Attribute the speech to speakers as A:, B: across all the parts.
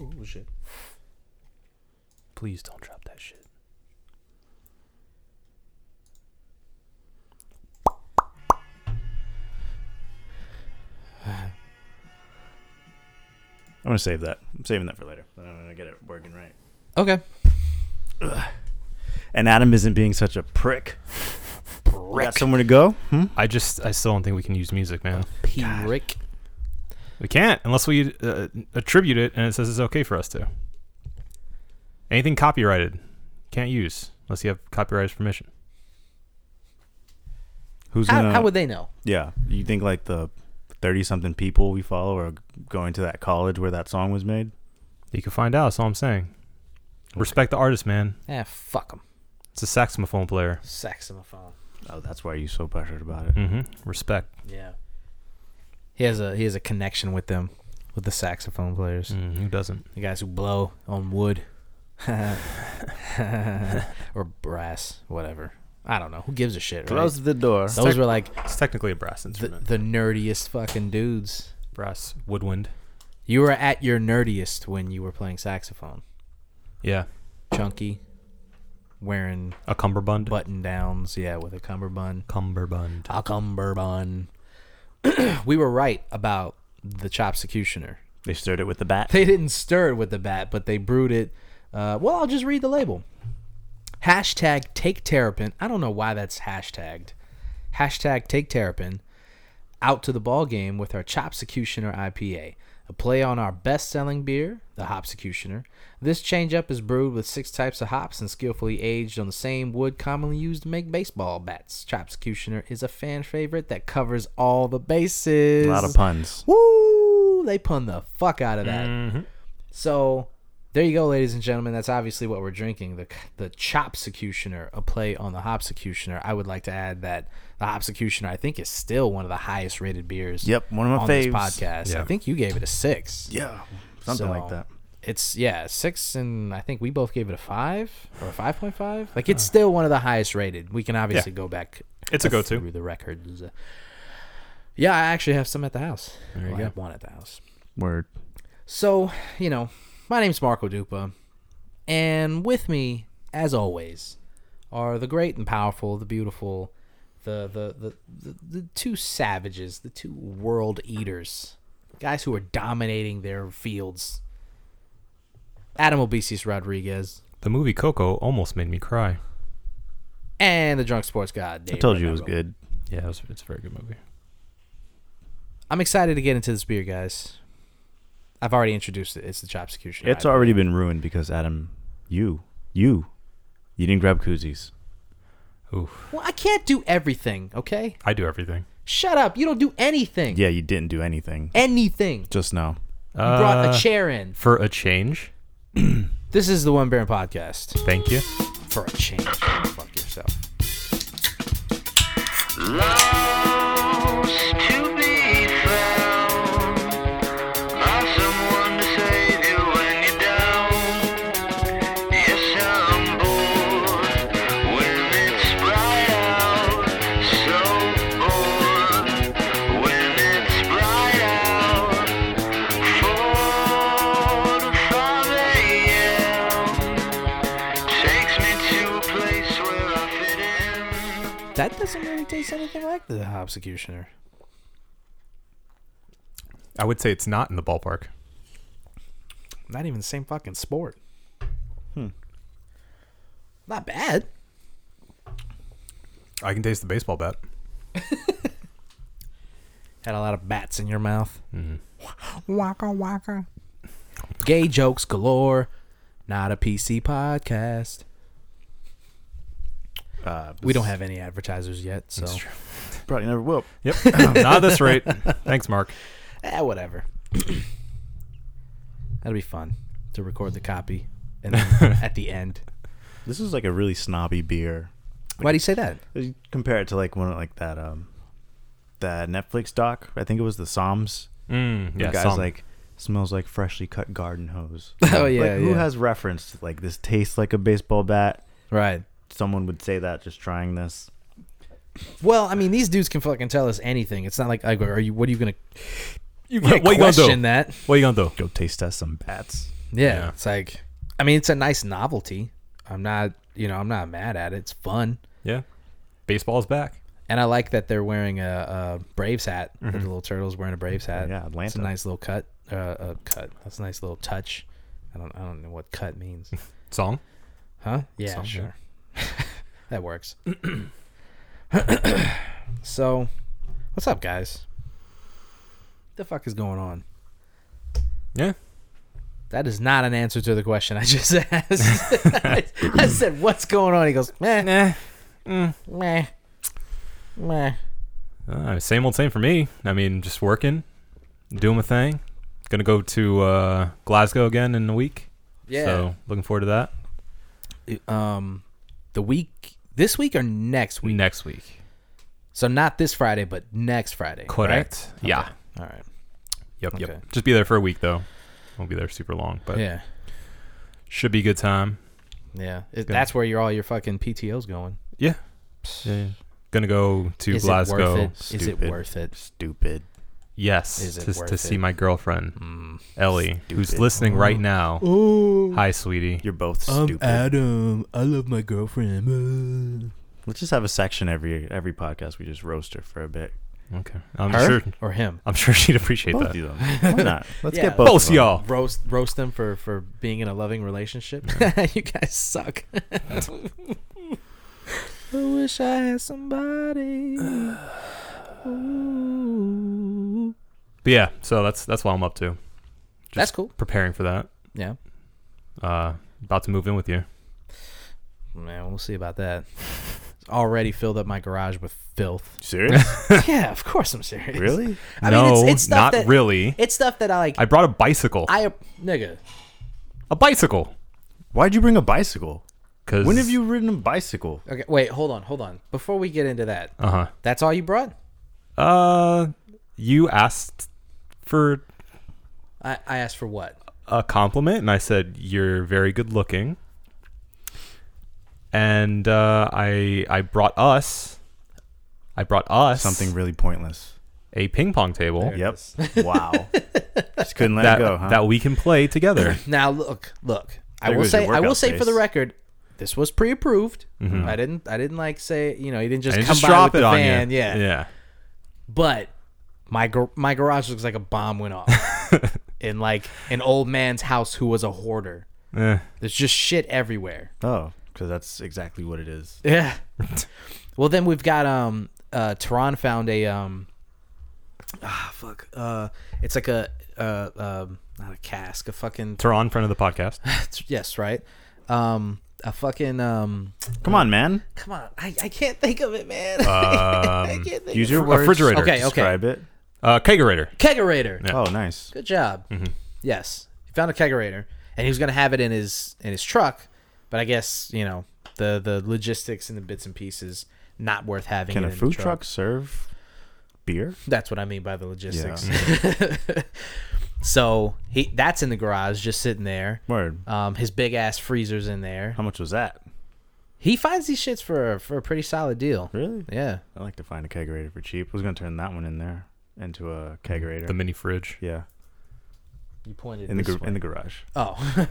A: Oh shit.
B: Please don't drop that shit.
C: I'm gonna save that. I'm saving that for later. But I'm gonna get it working right.
A: Okay.
C: And Adam isn't being such a prick. We Got somewhere to go? Hmm?
B: I just, I still don't think we can use music, man.
A: P. Rick.
B: We can't unless we uh, attribute it and it says it's okay for us to. Anything copyrighted, can't use unless you have copyrighted permission.
C: Who's
A: How,
C: gonna?
A: how would they know?
C: yeah, you think like the thirty-something people we follow are going to that college where that song was made?
B: You can find out. That's all I'm saying. Respect the artist, man.
A: Eh, fuck them.
B: It's a saxophone player.
A: Saxophone.
C: Oh, that's why you're so pressured about it.
B: hmm Respect.
A: Yeah. He has a he has a connection with them, with the saxophone players,
B: Mm, who doesn't?
A: the guys who blow on wood, or brass, whatever. I don't know. Who gives a shit? Right? Those
C: the door.
A: were like
B: It's technically a brass
A: the,
B: instrument.
A: the nerdiest fucking dudes.
B: brass woodwind.
A: You were at your nerdiest when you were playing saxophone.
B: Yeah,
A: Chunky, wearing
B: a cummerbund.
A: button downs, yeah, with a cummerbund.
B: cummerbund.
A: A cummerbund. we were right about the chop executioner.
C: They stirred it with the bat.
A: They didn't stir it with the bat, but they brewed it. Uh, well, I'll just read the label. Hashtag take terrapin. I don't know why that's hashtagged. Hashtag take terrapin out to the ball game with our Chopsecutioner IPA, a play on our best-selling beer, the Hopsecutioner. This change-up is brewed with six types of hops and skillfully aged on the same wood commonly used to make baseball bats. Chopsecutioner is a fan favorite that covers all the bases.
C: A lot of puns.
A: Woo! They pun the fuck out of that. So there you go, ladies and gentlemen. That's obviously what we're drinking. The the Chop Executioner, a play on the Hop Executioner. I would like to add that the Hop Executioner, I think, is still one of the highest rated beers.
C: Yep, one of my
A: on
C: faves.
A: this podcast. I
B: Yeah.
A: think you gave it a six.
C: Yeah, something
A: So,
C: like that.
A: It's yeah, six, and I think we both gave it a five or a five point five. Like it's still one of the highest rated. We can obviously go back.
B: It's a go-to.
A: through the records. Yeah, I actually have some at the house. Well, I have one at the house.
C: Word.
A: So, you know, my name's Marco Dupa, and with me, as always, are the great and powerful, the beautiful, the the the, the, the two savages, the two world eaters, guys who are dominating their fields. Adam Obesius Rodriguez
B: The movie Coco almost made me cry.
A: and the drunk sports god. Dave
C: I told you it was
A: Renaro.
C: good.
B: Yeah, it was, it's a very good movie.
A: I'm excited to get into this beer, guys. I've already introduced it. It's the Chop Execution.
C: It's already been ruined because Adam, you, you, you didn't grab koozies.
B: Oof.
A: Well, I can't do everything, okay?
B: I do everything.
A: Shut up. You don't do anything.
C: Yeah, you didn't do anything.
A: anything.
C: Just now.
A: You brought
B: Uh,
A: a chair in.
B: for a change.
A: This is the One Baron podcast.
B: Thank you.
A: For a change, fuck yourself.
D: Lost to be found by someone to save you when you're down. Yes, I'm bored when it's bright out. So bored when it's bright out. Four to five a.m. takes me to a place where I fit in.
A: That doesn't really taste anything like the Hobsecutioner.
B: I would say it's not in the ballpark.
A: Not even the same fucking sport. Hmm. Not bad.
B: I can taste the baseball bat.
A: Had a lot of bats in your mouth. Waka waka. Gay jokes galore. Not a PC podcast.
C: Uh,
A: We don't have any advertisers yet, so
C: Probably never will.
B: Yep. Um, not at this rate. Thanks, Mark.
A: eh, whatever. That'll be fun to record the copy and then at the end.
C: This is like a really snobby beer.
A: Why do you say that?
C: You Compare it to like one of, like that um, that Netflix doc. I think it was the Psalms.
B: Mm, yeah,
C: the guy's
B: some.
C: like smells like freshly cut garden hose.
A: Oh,
C: Like,
A: yeah,
C: Who
A: yeah.
C: has referenced like this tastes like a baseball bat?
A: Right.
C: Someone would say that just trying this.
A: Well, I mean, these dudes can fucking tell us anything. It's not like, like, are you? What are you gonna? you can't
B: what you gonna do?
A: question that.
B: What you gonna do?
C: Go taste test some bats.
A: Yeah,
B: Yeah.
A: it's like, I mean, it's a nice novelty. I'm not, you know, I'm not mad at it. It's fun,
B: Yeah, baseball's back.
A: and I like that they're wearing a, a Braves hat. The little turtle's wearing a Braves hat.
C: Yeah,
A: It's a
C: Atlanta.
A: nice little cut. Uh, uh, cut. That's a nice little touch. I don't, I don't know what cut means.
B: Song.
A: Huh? Yeah,
B: Something.
A: sure. that works. so, what's up, guys? The fuck is going on?
B: Yeah.
A: That is not an answer to the question I just asked. I, I said, "What's going on?" He goes, "Meh,
B: Nah.
A: meh, meh."
B: Uh, same old same for me. I mean, just working, doing my thing. Gonna go to uh, Glasgow again in a week.
A: Yeah.
B: So looking forward to that
A: Um, the week this week or next week?
B: next week.
A: So not this Friday, but next Friday. right?
B: Correct. Yeah.
A: All right.
B: Yep. Yep.
A: Okay.
B: Just be there for a week though. Won't be there super long, but
A: Yeah.
B: should be a good time.
A: Yeah. It, that's where your all your fucking PTO's going.
B: Yeah. Yeah. yeah. Gonna go to
A: Is
B: Glasgow.
A: it worth it? Is it
C: Stupid.
A: worth it?
C: Stupid.
B: Yes,
A: Is it
B: to, to
A: worth
B: see
A: it?
B: my girlfriend Ellie, who's
C: Stupid.
B: listening right now. Mm. Hi, sweetie.
C: You're both stupid.
A: Oh, Adam. I love my girlfriend.
C: Let's just have a section every every podcast. We just roast her for a bit.
B: okay, I'm
A: Her
B: sure.
A: or him?
B: I'm sure she'd appreciate
C: Both
B: that.
C: of them. Why not? Let's
A: Yeah.
C: get both.
B: Both
C: of them.
B: y'all.
A: Roast roast them for for being in a loving relationship. you guys suck. I wish I had somebody. Ooh.
B: But yeah, so that's that's what I'm up to.
A: That's cool.
B: Preparing for that.
A: Yeah.
B: Uh, about to move in with you.
A: Man, we'll see about that. It's already filled up my garage with filth.
C: Serious?
A: yeah, of course I'm serious.
C: really?
A: I
B: no,
A: mean, it's, it's stuff
B: not
A: that,
B: really.
A: It's stuff that I like.
B: I brought a bicycle. A
A: I nigga.
B: bicycle.
C: Why'd you bring a bicycle?
B: Cause
C: When have you ridden a bicycle?
A: Okay, wait, hold on, hold on. Before we get into that,
B: Uh
A: that's all you brought?
B: huh. Uh, you asked for
A: I, I asked for what?
B: a compliment, and I said you're very good looking. And uh, I I brought us. I brought us
C: Something really pointless.
B: a ping pong table
C: Yep. Wow. just couldn't let
B: that
C: it go, huh?
B: that we can play together.
A: Now look, look. I
C: There
A: will
C: goes your
A: say, I will
C: workout
A: say for the
C: face.
A: record, this was pre-approved. I didn't, I didn't like say, you know, you didn't just
B: And
A: come
B: just
A: by
B: drop
A: with
B: it
A: the
B: on
A: van,
B: you.
A: yeah.
B: Yeah.
A: But my gar- my garage looks like a bomb went off in like an old man's house who was a hoarder.
B: Eh.
A: There's just shit everywhere.
C: oh, because that's exactly what it is.
A: Yeah. well, then we've got um uh Tehran found a um ah fuck uh it's like a uh um not a cask a fucking
B: Tehran, friend of the podcast.
A: yes right um a fucking um
C: Come on, man.
A: come on I, I can't think of it man I can't think
C: Um, Use
A: of
C: your
A: it.
C: words.
B: refrigerator.
A: Okay,
C: to Describe it.
B: Uh, kegerator.
A: kegerator
B: Yeah.
C: Oh, nice.
A: good job
C: Mm-hmm.
A: yes he found a kegerator and he was gonna have it in his in his truck but I guess you know the the logistics and the bits and pieces not worth having
C: Can
A: it
C: a
A: in the
C: food truck serve beer?
A: That's what I mean by the logistics. so he that's in the garage, just sitting there.
C: Word.
A: Um, his big ass freezer's in there.
C: How much was that?
A: He finds these shits for for a pretty solid deal.
C: Really?
A: Yeah.
C: I like to find a kegerator for cheap. I was gonna turn that one in there into a kegerator.
B: The mini fridge.
C: yeah,
A: You pointed
C: in the
A: this
C: gar-
A: way.
C: in the garage.
A: Oh.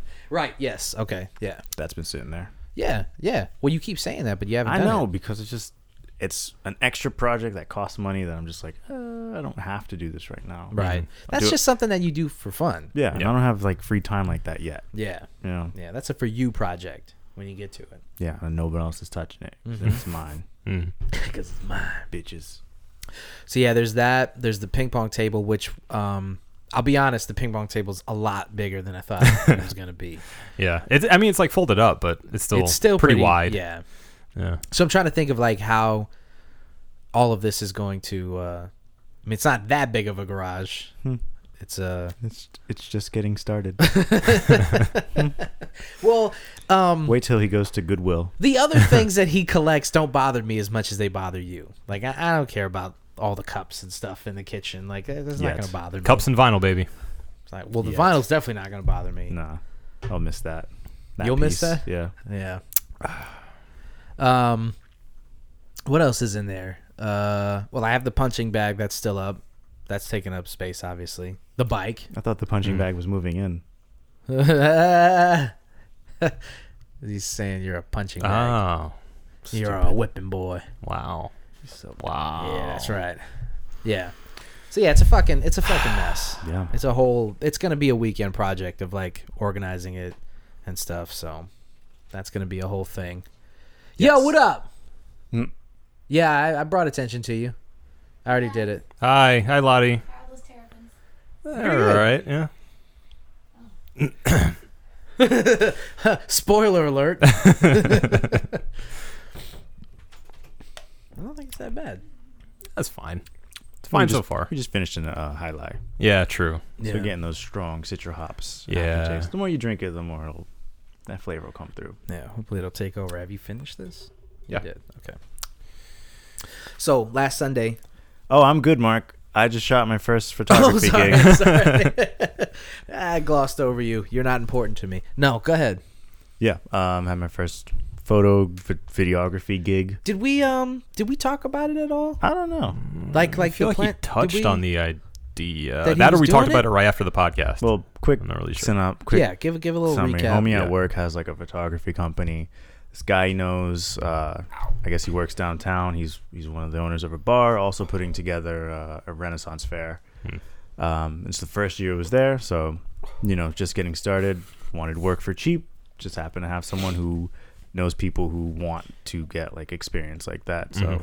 A: right. Yes. Okay. Yeah.
C: That's been sitting there.
A: Yeah. Yeah. Well, you keep saying that, but you haven't.
C: I
A: done
C: know
A: It.
C: because it's just it's an extra project that costs money that I'm just like uh, I don't have to do this right now.
A: Right.
C: Mm-hmm. I'll
A: That's
C: do it-
A: just something that you do for fun.
C: yeah, and
B: Yeah.
C: I don't have like free time like that yet.
A: Yeah.
C: You know.
A: Yeah. That's a for you project when you get to it
C: Yeah, and no one else is touching it. 'cause
A: Mm-hmm.
C: It's mine,
B: Mm.
A: because it's mine.
C: bitches.
A: So yeah, there's that. There's the ping pong table, which um, I'll be honest, the ping pong table's a lot bigger than I thought it was gonna be.
B: Yeah. It's, I mean, it's like folded up, but it's still,
A: it's still
B: pretty, wide.
A: Yeah.
B: Yeah.
A: So I'm trying to think of like how all of this is going to. Uh, I mean, it's not that big of a garage.
B: Hmm.
A: It's uh, a
C: It's it's just getting started.
A: well. Um,
C: Wait till he goes to Goodwill.
A: the other things that he collects don't bother me as much as they bother you. Like I, I don't care about all the cups and stuff in the kitchen. Like eh, that's not
C: Yet.
A: gonna bother me.
B: Cups and vinyl, baby.
A: It's like, well, the
C: Yet.
A: vinyl's definitely not gonna bother me.
C: Nah, I'll miss that. that
A: You'll miss that?
C: Yeah.
A: Yeah. Um, what else is in there? Uh, well, I have the punching bag that's still up. That's taking up space, obviously. The bike.
C: I thought the punching
A: Mm.
C: bag was moving in.
A: He's saying you're a punching bag.
B: Oh,
A: you're a whipping boy.
B: wow. wow.
A: Yeah, that's right. Yeah. So yeah, it's a fucking it's a fucking mess.
C: Yeah.
A: It's a whole it's gonna be a weekend project of like organizing it and stuff, so that's gonna be a whole thing. Yo, what up? Hmm.
C: Mm.
A: Yeah, I, I brought attention to you. I already did it.
B: Hi, hi, Lottie.
E: Fabulous Terrapins.
B: All right, yeah.
A: Spoiler alert. I don't think it's that bad.
B: That's fine. It's fine
C: We
B: so
C: just-
B: far.
C: We just finished in a uh, high lie.
B: Yeah, true.
A: Yeah.
C: So you're getting those strong citra hops.
B: Yeah.
C: aftertaste. The more you drink it, the more it'll, that flavor will come through.
A: Yeah, hopefully it'll take over. Have you finished this?
B: Yeah.
A: You did. Okay. So last Sunday.
C: Oh, I'm good, Mark. I just shot my first photography
A: Oh, sorry.
C: gig.
A: sorry. I glossed over you. You're not important to me. No, go ahead.
C: Yeah, um, had my first photo vi- videography gig.
A: Did we um did we talk about it at all?
C: I don't know.
A: Like like
B: I
A: the
B: feel like
A: plant,
B: he
A: did
B: touched
A: we-
B: on the idea.
A: That he
B: That, or
A: was
B: we
A: doing
B: talked about
A: it?
B: it right after the podcast.
C: Well, quick
B: I'm not really sure.
C: synop. Quick
A: Yeah, give a give a little
C: summary.
A: recap.
C: Homie
B: Yeah.
C: at work has like a photography company. This guy he knows. Uh, I guess he works downtown. He's he's one of the owners of a bar, also putting together uh, a Renaissance fair.
B: Hmm.
C: Um, it's the first year I was there, so you know, just getting started. Wanted work for cheap. Just happened to have someone who knows people who want to get like experience like that. So
B: Mm-hmm.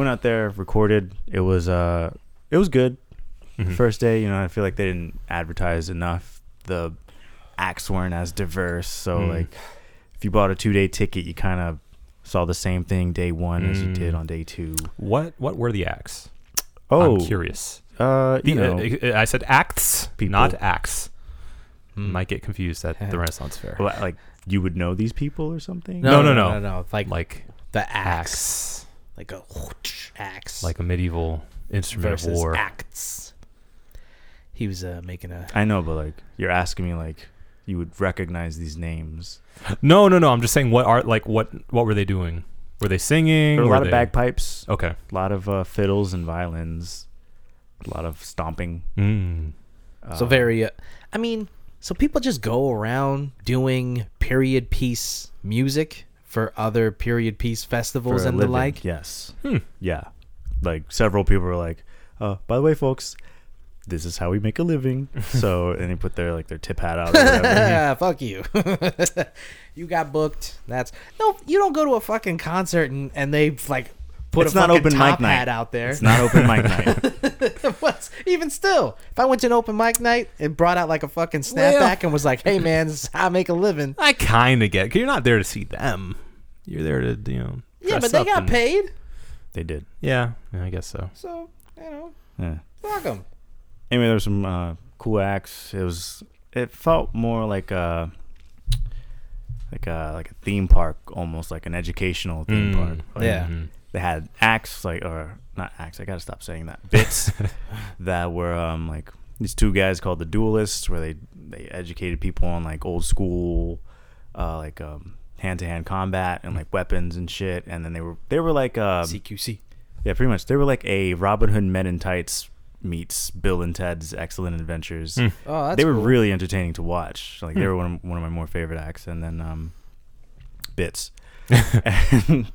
C: went out there, recorded. It was uh, it was good. First day, you know, I feel like they didn't advertise enough. The acts weren't as diverse, so
B: Mm.
C: like if you bought a two day ticket, you kind of saw the same thing day one as you did on day two.
B: What what were the acts?
C: Oh,
B: I'm curious.
C: uh, you
B: The-
C: know,
B: uh, uh, I said acts,
C: People.
B: not acts.
A: Hmm.
B: Might get confused at the Renaissance Fair.
C: li- like you would know these people or something.
A: No, no,
B: No,
A: no,
B: no,
A: no, no. Like, like
B: Like
A: the axe,
B: acts,
A: like a whoosh axe,
B: like a medieval instrument of
A: versus
B: war.
A: acts. He was uh, making a
C: I know, but like you're asking me like you would recognize these names.
B: No, no, no. I'm just saying what are like what what were they doing? Were they singing?
C: There were a
B: Were Oh.
C: lot of
B: they-
C: bagpipes,
B: Okay.
C: a lot of uh, fiddles and violins, a lot of stomping.
B: Mm.
A: So very, uh, I mean, so people just go around doing period piece music for other period piece
C: for
A: festivals
C: a
A: and the
C: living.
A: like. Hmm.
C: Yes. Yeah. Like several people were like, uh, by the way, folks, this is how we make a living. so and they put their like their tip hat out or whatever.
A: Ah, Fuck you. you got booked. That's no. You don't go to a fucking concert and, and they like put
C: It's
A: a
C: not
A: fucking
C: open mic
A: top
C: night.
A: hat out there.
C: it's not open mic night.
A: What's- even still, if I went to an open mic night and brought out like a fucking snapback and was like, "Hey man, this is how I make a living."
B: I kind of get because you're not there to see them. You're there to you know.
A: Yeah,
B: dress
A: but they
B: up
A: got
B: and-
A: paid,
C: They did.
B: Yeah, yeah, I guess so.
A: so you know,
C: Yeah.
A: fuck them.
C: Anyway, there was some uh, cool acts. It was it felt more like a like a like a theme park, almost like an educational
B: Mm.
C: theme park. Like,
A: Hmm. Yeah.
C: They had acts like or not acts, I gotta stop saying that. Bits that were um like these two guys called the duelists where they they educated people on like old school uh like um hand to hand combat and like weapons and shit and then they were they were like uh
A: CQC.
C: yeah, pretty much. They were like a Robin Hood Men in Tights meets Bill and Ted's Excellent Adventures.
A: Oh, that's
C: they were
A: cool. Hmm.
C: really entertaining to watch. Like they were one of, one of my more favorite acts, and then um, bits. and,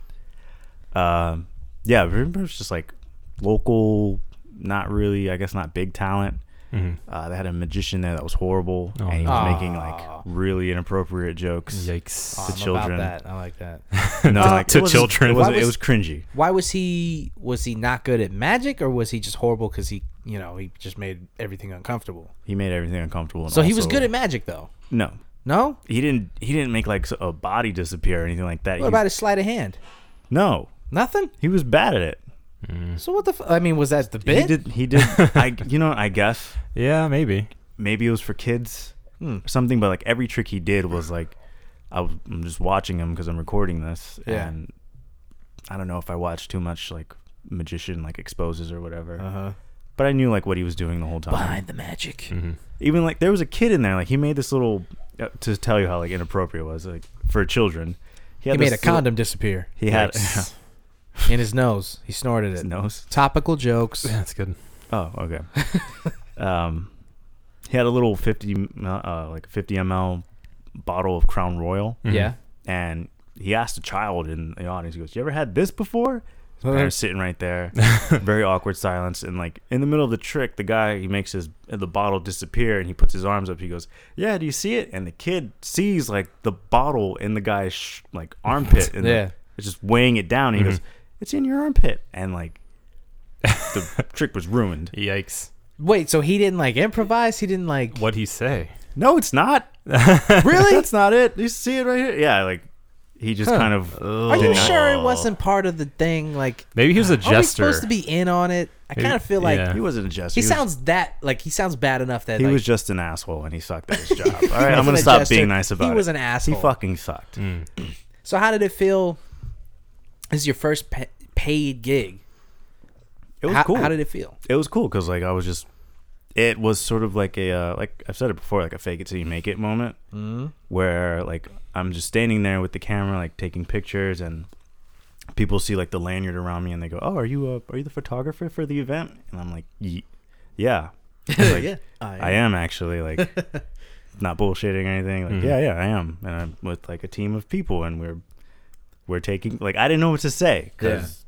C: um, yeah, I remember it was just like local, not really, I guess, not big talent.
B: Hmm.
C: Uh, they had a magician there that was horrible,
B: Oh,
C: and he
B: no.
C: was making like really inappropriate jokes.
B: Yikes.
A: Oh, I'm
C: children.
A: About that. I like that.
C: No,
B: To-
C: like,
B: to
C: it wasn't-
B: children.
C: it,
B: Why
C: wasn't- it
A: was-
C: was cringy.
A: Why was he was he not good at magic or was he just horrible because he you know he just made everything uncomfortable?
C: He made everything uncomfortable. and
A: So he was
C: also-
A: good at magic though.
C: no.
A: No,
C: he didn't he didn't make like a body disappear or anything like that.
A: what
C: He-
A: about his sleight of hand?
C: no,
A: Nothing.
C: he was bad at it.
A: So what the? F- I mean, was that the bit?
C: He did he did I you know I guess
B: Yeah, maybe.
C: maybe it was for kids
A: Hmm.
C: or something, but like every trick he did was like I was, I'm just watching him because I'm recording this
A: Yeah.
C: and I don't know if I watched too much like magician like exposes or whatever.
A: Uh-huh.
C: But I knew like what he was doing the whole time.
A: behind the magic.
B: Hmm.
C: even like there was a kid in there like he made this little uh, to tell you how like inappropriate it was like for children.
A: He
C: had
A: made a
C: this little-
A: condom disappear
C: he had
B: Yikes.
A: in his nose. He snorted
C: his
A: it.
C: nose.
A: Topical jokes.
B: Yeah, that's good.
C: Oh, okay. um, he had a little fifty, m- uh, like a fifty ml bottle of Crown Royal,
B: Mhm.
A: Yeah.
C: and he asked a child in the audience. He goes, "You ever had this before?" They're sitting right there, very awkward silence, and like in the middle of the trick, the guy he makes his the bottle disappear, and he puts his arms up. He goes, "Yeah, do you see it?" And the kid sees like the bottle in the guy's sh- like armpit, and the-
A: Yeah.
C: it's just weighing it down. And
B: Mhm.
C: He goes, "It's in your armpit," and like the trick was ruined.
B: Yikes.
A: Wait, so he didn't like improvise? He didn't like
B: What'd he say?
C: No, it's not. really? That's not it. You see it right here. Yeah, like he just
A: Huh.
C: kind of.
A: Are you
C: didn't-
A: sure it wasn't part of the thing? Like
B: Maybe he was a
A: Are we
B: jester.
A: supposed to be in on it? I
B: Maybe-
A: kind of feel like
B: yeah.
C: He wasn't a jester.
A: he
C: was-
A: sounds that like he sounds bad enough that
C: He
A: like,
C: was just an asshole and he sucked at his job. All right,
A: He
C: I'm gonna
A: wasn't a
C: stop
A: jester.
C: being nice about it.
A: He was an asshole. Mm.
C: He fucking sucked.
A: So how did it feel? This is your first pa- paid gig.
C: It was
A: how,
C: cool.
A: How did it feel?
C: it was cool because like I was just. It was sort of like a uh, like I've said it before, like a fake it till you make it moment,
A: Mm.
C: where like I'm just standing there with the camera, like taking pictures, and people see like the lanyard around me, and they go, "Oh, are you uh, are you the photographer for the event?" And I'm like, "Ye- "Yeah." Like, I am actually like not bullshitting or anything. Like,
B: Mhm.
A: Mm-hmm.
C: yeah, yeah, I am, and I'm with like a team of people, and we're we're taking like I didn't know what to say because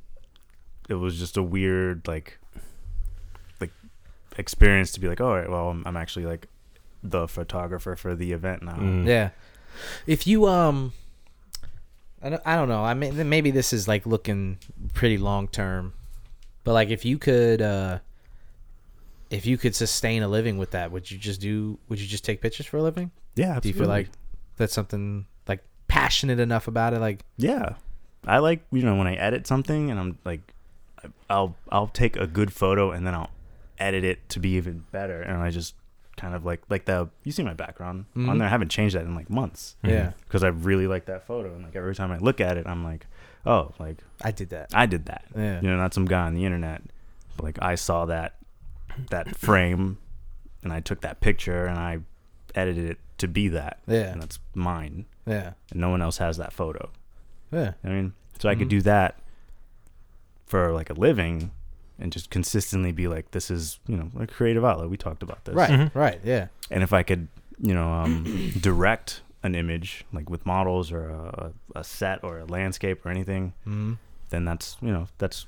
C: it was just a weird like like experience to be like, all right, well, I'm, I'm actually like the photographer for the event now.
B: Mm.
A: Yeah. If you um, I don't, I don't know. I mean, maybe this is like looking pretty long term, but like if you could, uh if you could sustain a living with that, would you just do? Would you just take pictures for a living? Do
C: Yeah,
A: you
C: absolutely.
A: feel like that's something like passionate enough about it? Like,
C: yeah, I like you know when I edit something and I'm like, I- I'll I'll take a good photo and then I'll edit it to be even better, and I just kind of like like the you see my background
A: Mhm.
C: on there. I haven't changed that in like months.
A: yeah,
C: because I really like that photo. And like every time I look at it, I'm like, oh, like
A: I did that.
C: I did that.
A: Yeah.
C: You know, not some guy on the internet, but like I saw that that frame, and I took that picture and I edited it to be that.
A: Yeah.
C: and that's mine,
A: Yeah,
C: and no one else has that photo.
A: yeah,
C: I mean, so I
A: Mm-hmm.
C: could do that for like a living. And just consistently be like, this is you know a creative outlet. We talked about this,
A: right,
B: Mhm.
A: right, yeah,
C: and if I could, you know, um, direct an image like with models or a, a set or a landscape or anything,
A: Mhm.
C: then that's you know that's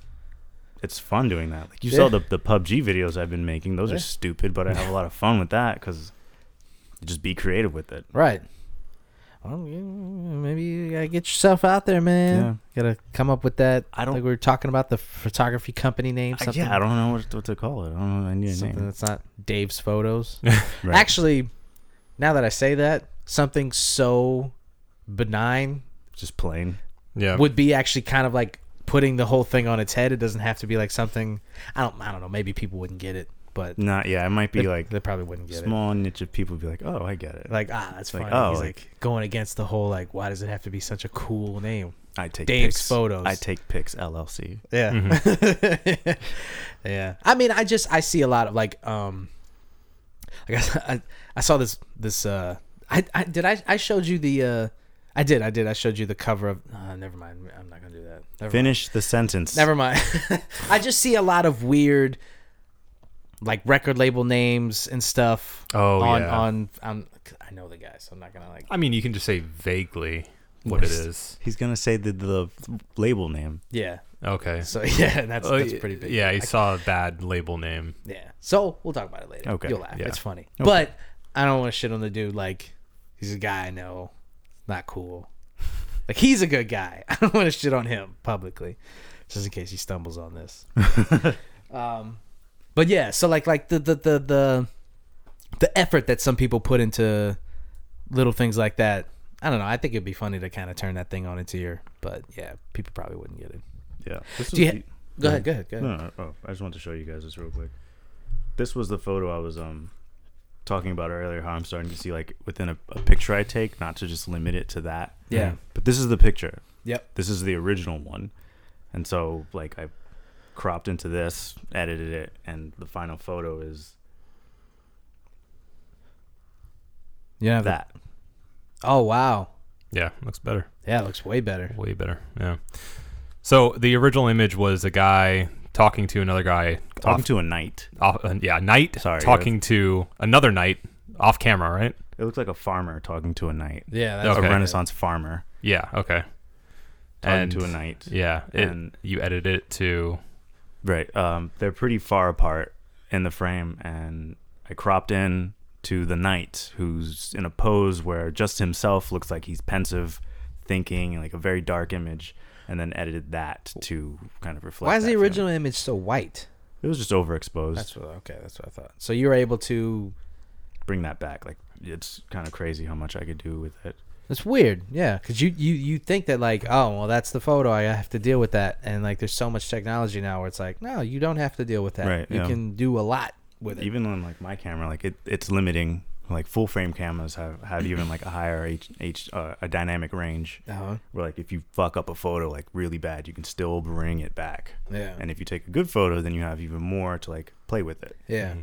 C: it's fun doing that. Like you
A: Yeah.
C: saw the the PUBG videos I've been making; those
A: Yeah.
C: are stupid, but I have a lot of fun with that because just be creative with it.
A: right. Well, you- maybe you gotta get yourself out there, man. Gotta come up with that.
C: I don't-
A: like we were talking about the photography company name.
C: I,
A: Something.
C: yeah, I don't know what, what to call it. I don't know. I need a
A: something
C: name.
A: that's not Dave's photos.
C: Right.
A: Actually, now that I say that, something so benign
C: just plain.
B: Yeah.
A: would be actually kind of like putting the whole thing on its head. It doesn't have to be like something. I don't. I don't know. Maybe people wouldn't get it, but
C: Not yeah. It might be
A: they,
C: like
A: they probably wouldn't get
C: small niche of people be like, oh, I get it.
A: it. Like ah, that's
C: Like,
A: funny.
C: oh,
A: He's
C: like-
A: like going against the whole like, why does it have to be such a cool name?
C: I take
A: Dave's
C: pics.
A: photos.
C: I take pics LLC.
A: Yeah. yeah. Mm-hmm. I mean, I just I see a lot of like um like I guess I, I saw this this uh I, I did I I showed you the uh I did I did I showed you the cover of uh, never mind I'm not going to do that. Never mind.
C: Finish the sentence.
A: Never mind. I just see a lot of weird like record label names and stuff
B: Oh,
A: on
B: yeah.
A: on on I know the guy so I'm not going to like
B: I mean, you can just say vaguely what it is.
C: He's gonna say the, the label name.
A: yeah.
B: Okay.
A: So yeah, that's
B: Oh,
A: that's
B: y-
A: pretty big.
B: Yeah, he saw a bad label name.
A: Yeah. So we'll talk about it later.
C: Okay.
A: You'll laugh.
B: Yeah.
A: It's funny. But I don't want to shit on the dude. Like, he's a guy I know. Not cool. Like, he's a good guy. I don't want to shit on him publicly, just in case he stumbles on this. um, but yeah. So like, like the the the the the effort that some people put into little things like that. I don't know. I think it'd be funny to kind of turn that thing on its ear, but yeah, people probably wouldn't get it.
C: Yeah. This
A: Do you ha- go ahead? Go ahead. Go ahead.
C: No, no, oh, I just wanted to show you guys this real quick. This was the photo I was um talking about earlier. How I'm starting to see like within a, a picture I take, not to just limit it to that.
A: Yeah.
C: But this is the picture.
A: Yep.
C: This is the original one, and so like I cropped into this, edited it, and the final photo is
A: Yeah.
C: that.
A: Oh wow.
B: Yeah, looks better.
A: Yeah, it looks way better.
B: Way better. Yeah. So the original image was a guy talking to another guy.
C: Talking
B: off,
C: to a knight.
B: off- uh, yeah, knight.
C: Sorry,
B: talking to another knight off camera, right?
C: It looked like a farmer talking to a knight.
A: Yeah,
B: that's
C: A
B: Okay.
C: Renaissance farmer
B: Yeah. Okay.
C: talking
B: And-
C: to a knight.
B: Yeah. It,
C: And-
B: you edit it to
C: Right. Um, they're pretty far apart in the frame, and I cropped in to the knight, who's in a pose where just himself looks like he's pensive, thinking, like a very dark image, and then edited that to kind of reflect.
A: Why is
C: that
A: the
C: feeling.
A: original image so white?
C: It was just overexposed.
A: That's what. Okay, that's what I thought. So you were able to.
C: Bring that back. Like it's kind of crazy how much I could do with it.
A: It's weird, yeah, because you you you think that like, oh, well, that's the photo. I have to deal with that, and like, there's so much technology now where it's like, no, you don't have to deal with that.
C: Right,
A: You
C: yeah.
A: can do a lot with it.
C: Even on like my camera, like it, it's limiting. Like full frame cameras have, have even like a higher H, H uh, a dynamic range.
A: uh-huh.
C: where like if you fuck up a photo like really bad, you can still bring it back.
A: Yeah.
C: And if you take a good photo, then you have even more to like play with it.
A: Yeah.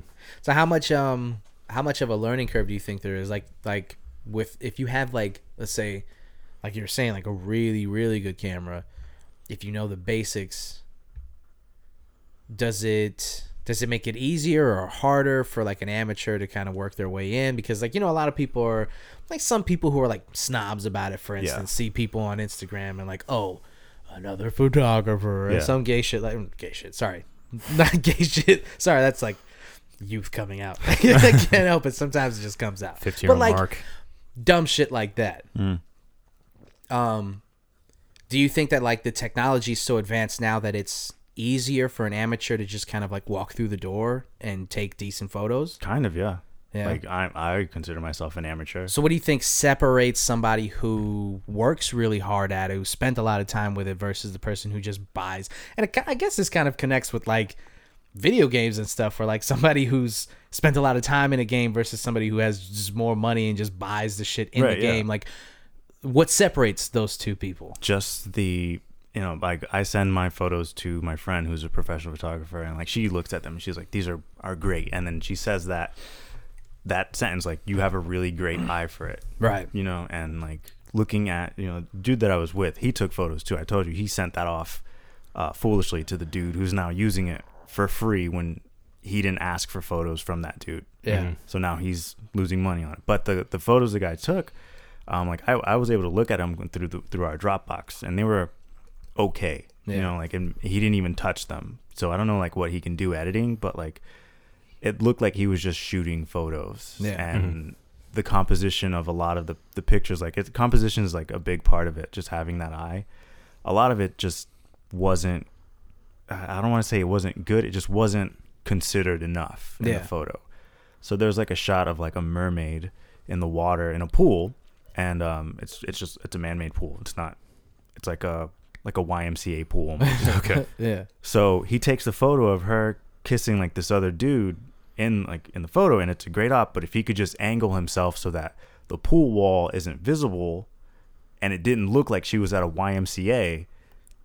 A: So how much um how much of a learning curve do you think there is? Like like with if you have like let's say like you're saying like a really really good camera, if you know the basics, does it does it make it easier or harder for like an amateur to kind of work their way in? Because like you know a lot of people are like some people who are like snobs about it. For
C: Yeah.
A: instance, see people on Instagram and like oh another photographer or
C: Yeah.
A: some gay shit like mm, gay shit. Sorry, not gay shit. Sorry, that's like youth coming out. I can't help it. Sometimes it just comes out.
B: 15
A: but
B: year old
A: like
B: Mark.
A: dumb shit like that. Um, do you think that like the technology is so advanced now that it's easier for an amateur to just kind of like walk through the door and take decent photos?
C: Kind of, yeah.
A: Yeah.
C: Like I I consider myself an amateur.
A: So what do you think separates somebody who works really hard at it, who spent a lot of time with it, versus the person who just buys? And it, ki- I guess this kind of connects with like video games and stuff, where like somebody who's spent a lot of time in a game versus somebody who has just more money and just buys the shit in
C: Right,
A: the
C: yeah.
A: game. Like, what separates those two people?
C: Just the you know, like I send my photos to my friend who's a professional photographer and like she looks at them and she's like, These are, are great and then she says that that sentence, like, you have a really great eye for it.
A: Mm. Right.
C: you know, and like looking at you know, dude that I was with, he took photos too. I told you he sent that off uh, foolishly to the dude who's now using it for free when he didn't ask for photos from that dude.
A: Yeah.
C: So now he's losing money on it. But the the photos the guy took, um, like I, I was able to look at them through the, through our Dropbox, and they were okay. You
A: Yeah.
C: know, like and he didn't even touch them. So I don't know like what he can do editing, but like it looked like he was just shooting photos.
A: Yeah.
C: And the composition of a lot of the, the pictures, like it, composition is like a big part of it, just having that eye. A lot of it just wasn't, I I don't want to say it wasn't good. It just wasn't considered enough in
A: Yeah.
C: the photo. So there's like a shot of like a mermaid in the water in a pool. And um, it's, it's just, it's a man-made pool. It's not, it's like a, like a YMCA pool. okay.
A: Yeah.
C: So he takes the photo of her kissing like this other dude in like in the photo, and it's a great op. But if he could just angle himself so that the pool wall isn't visible, and it didn't look like she was at a YMCA,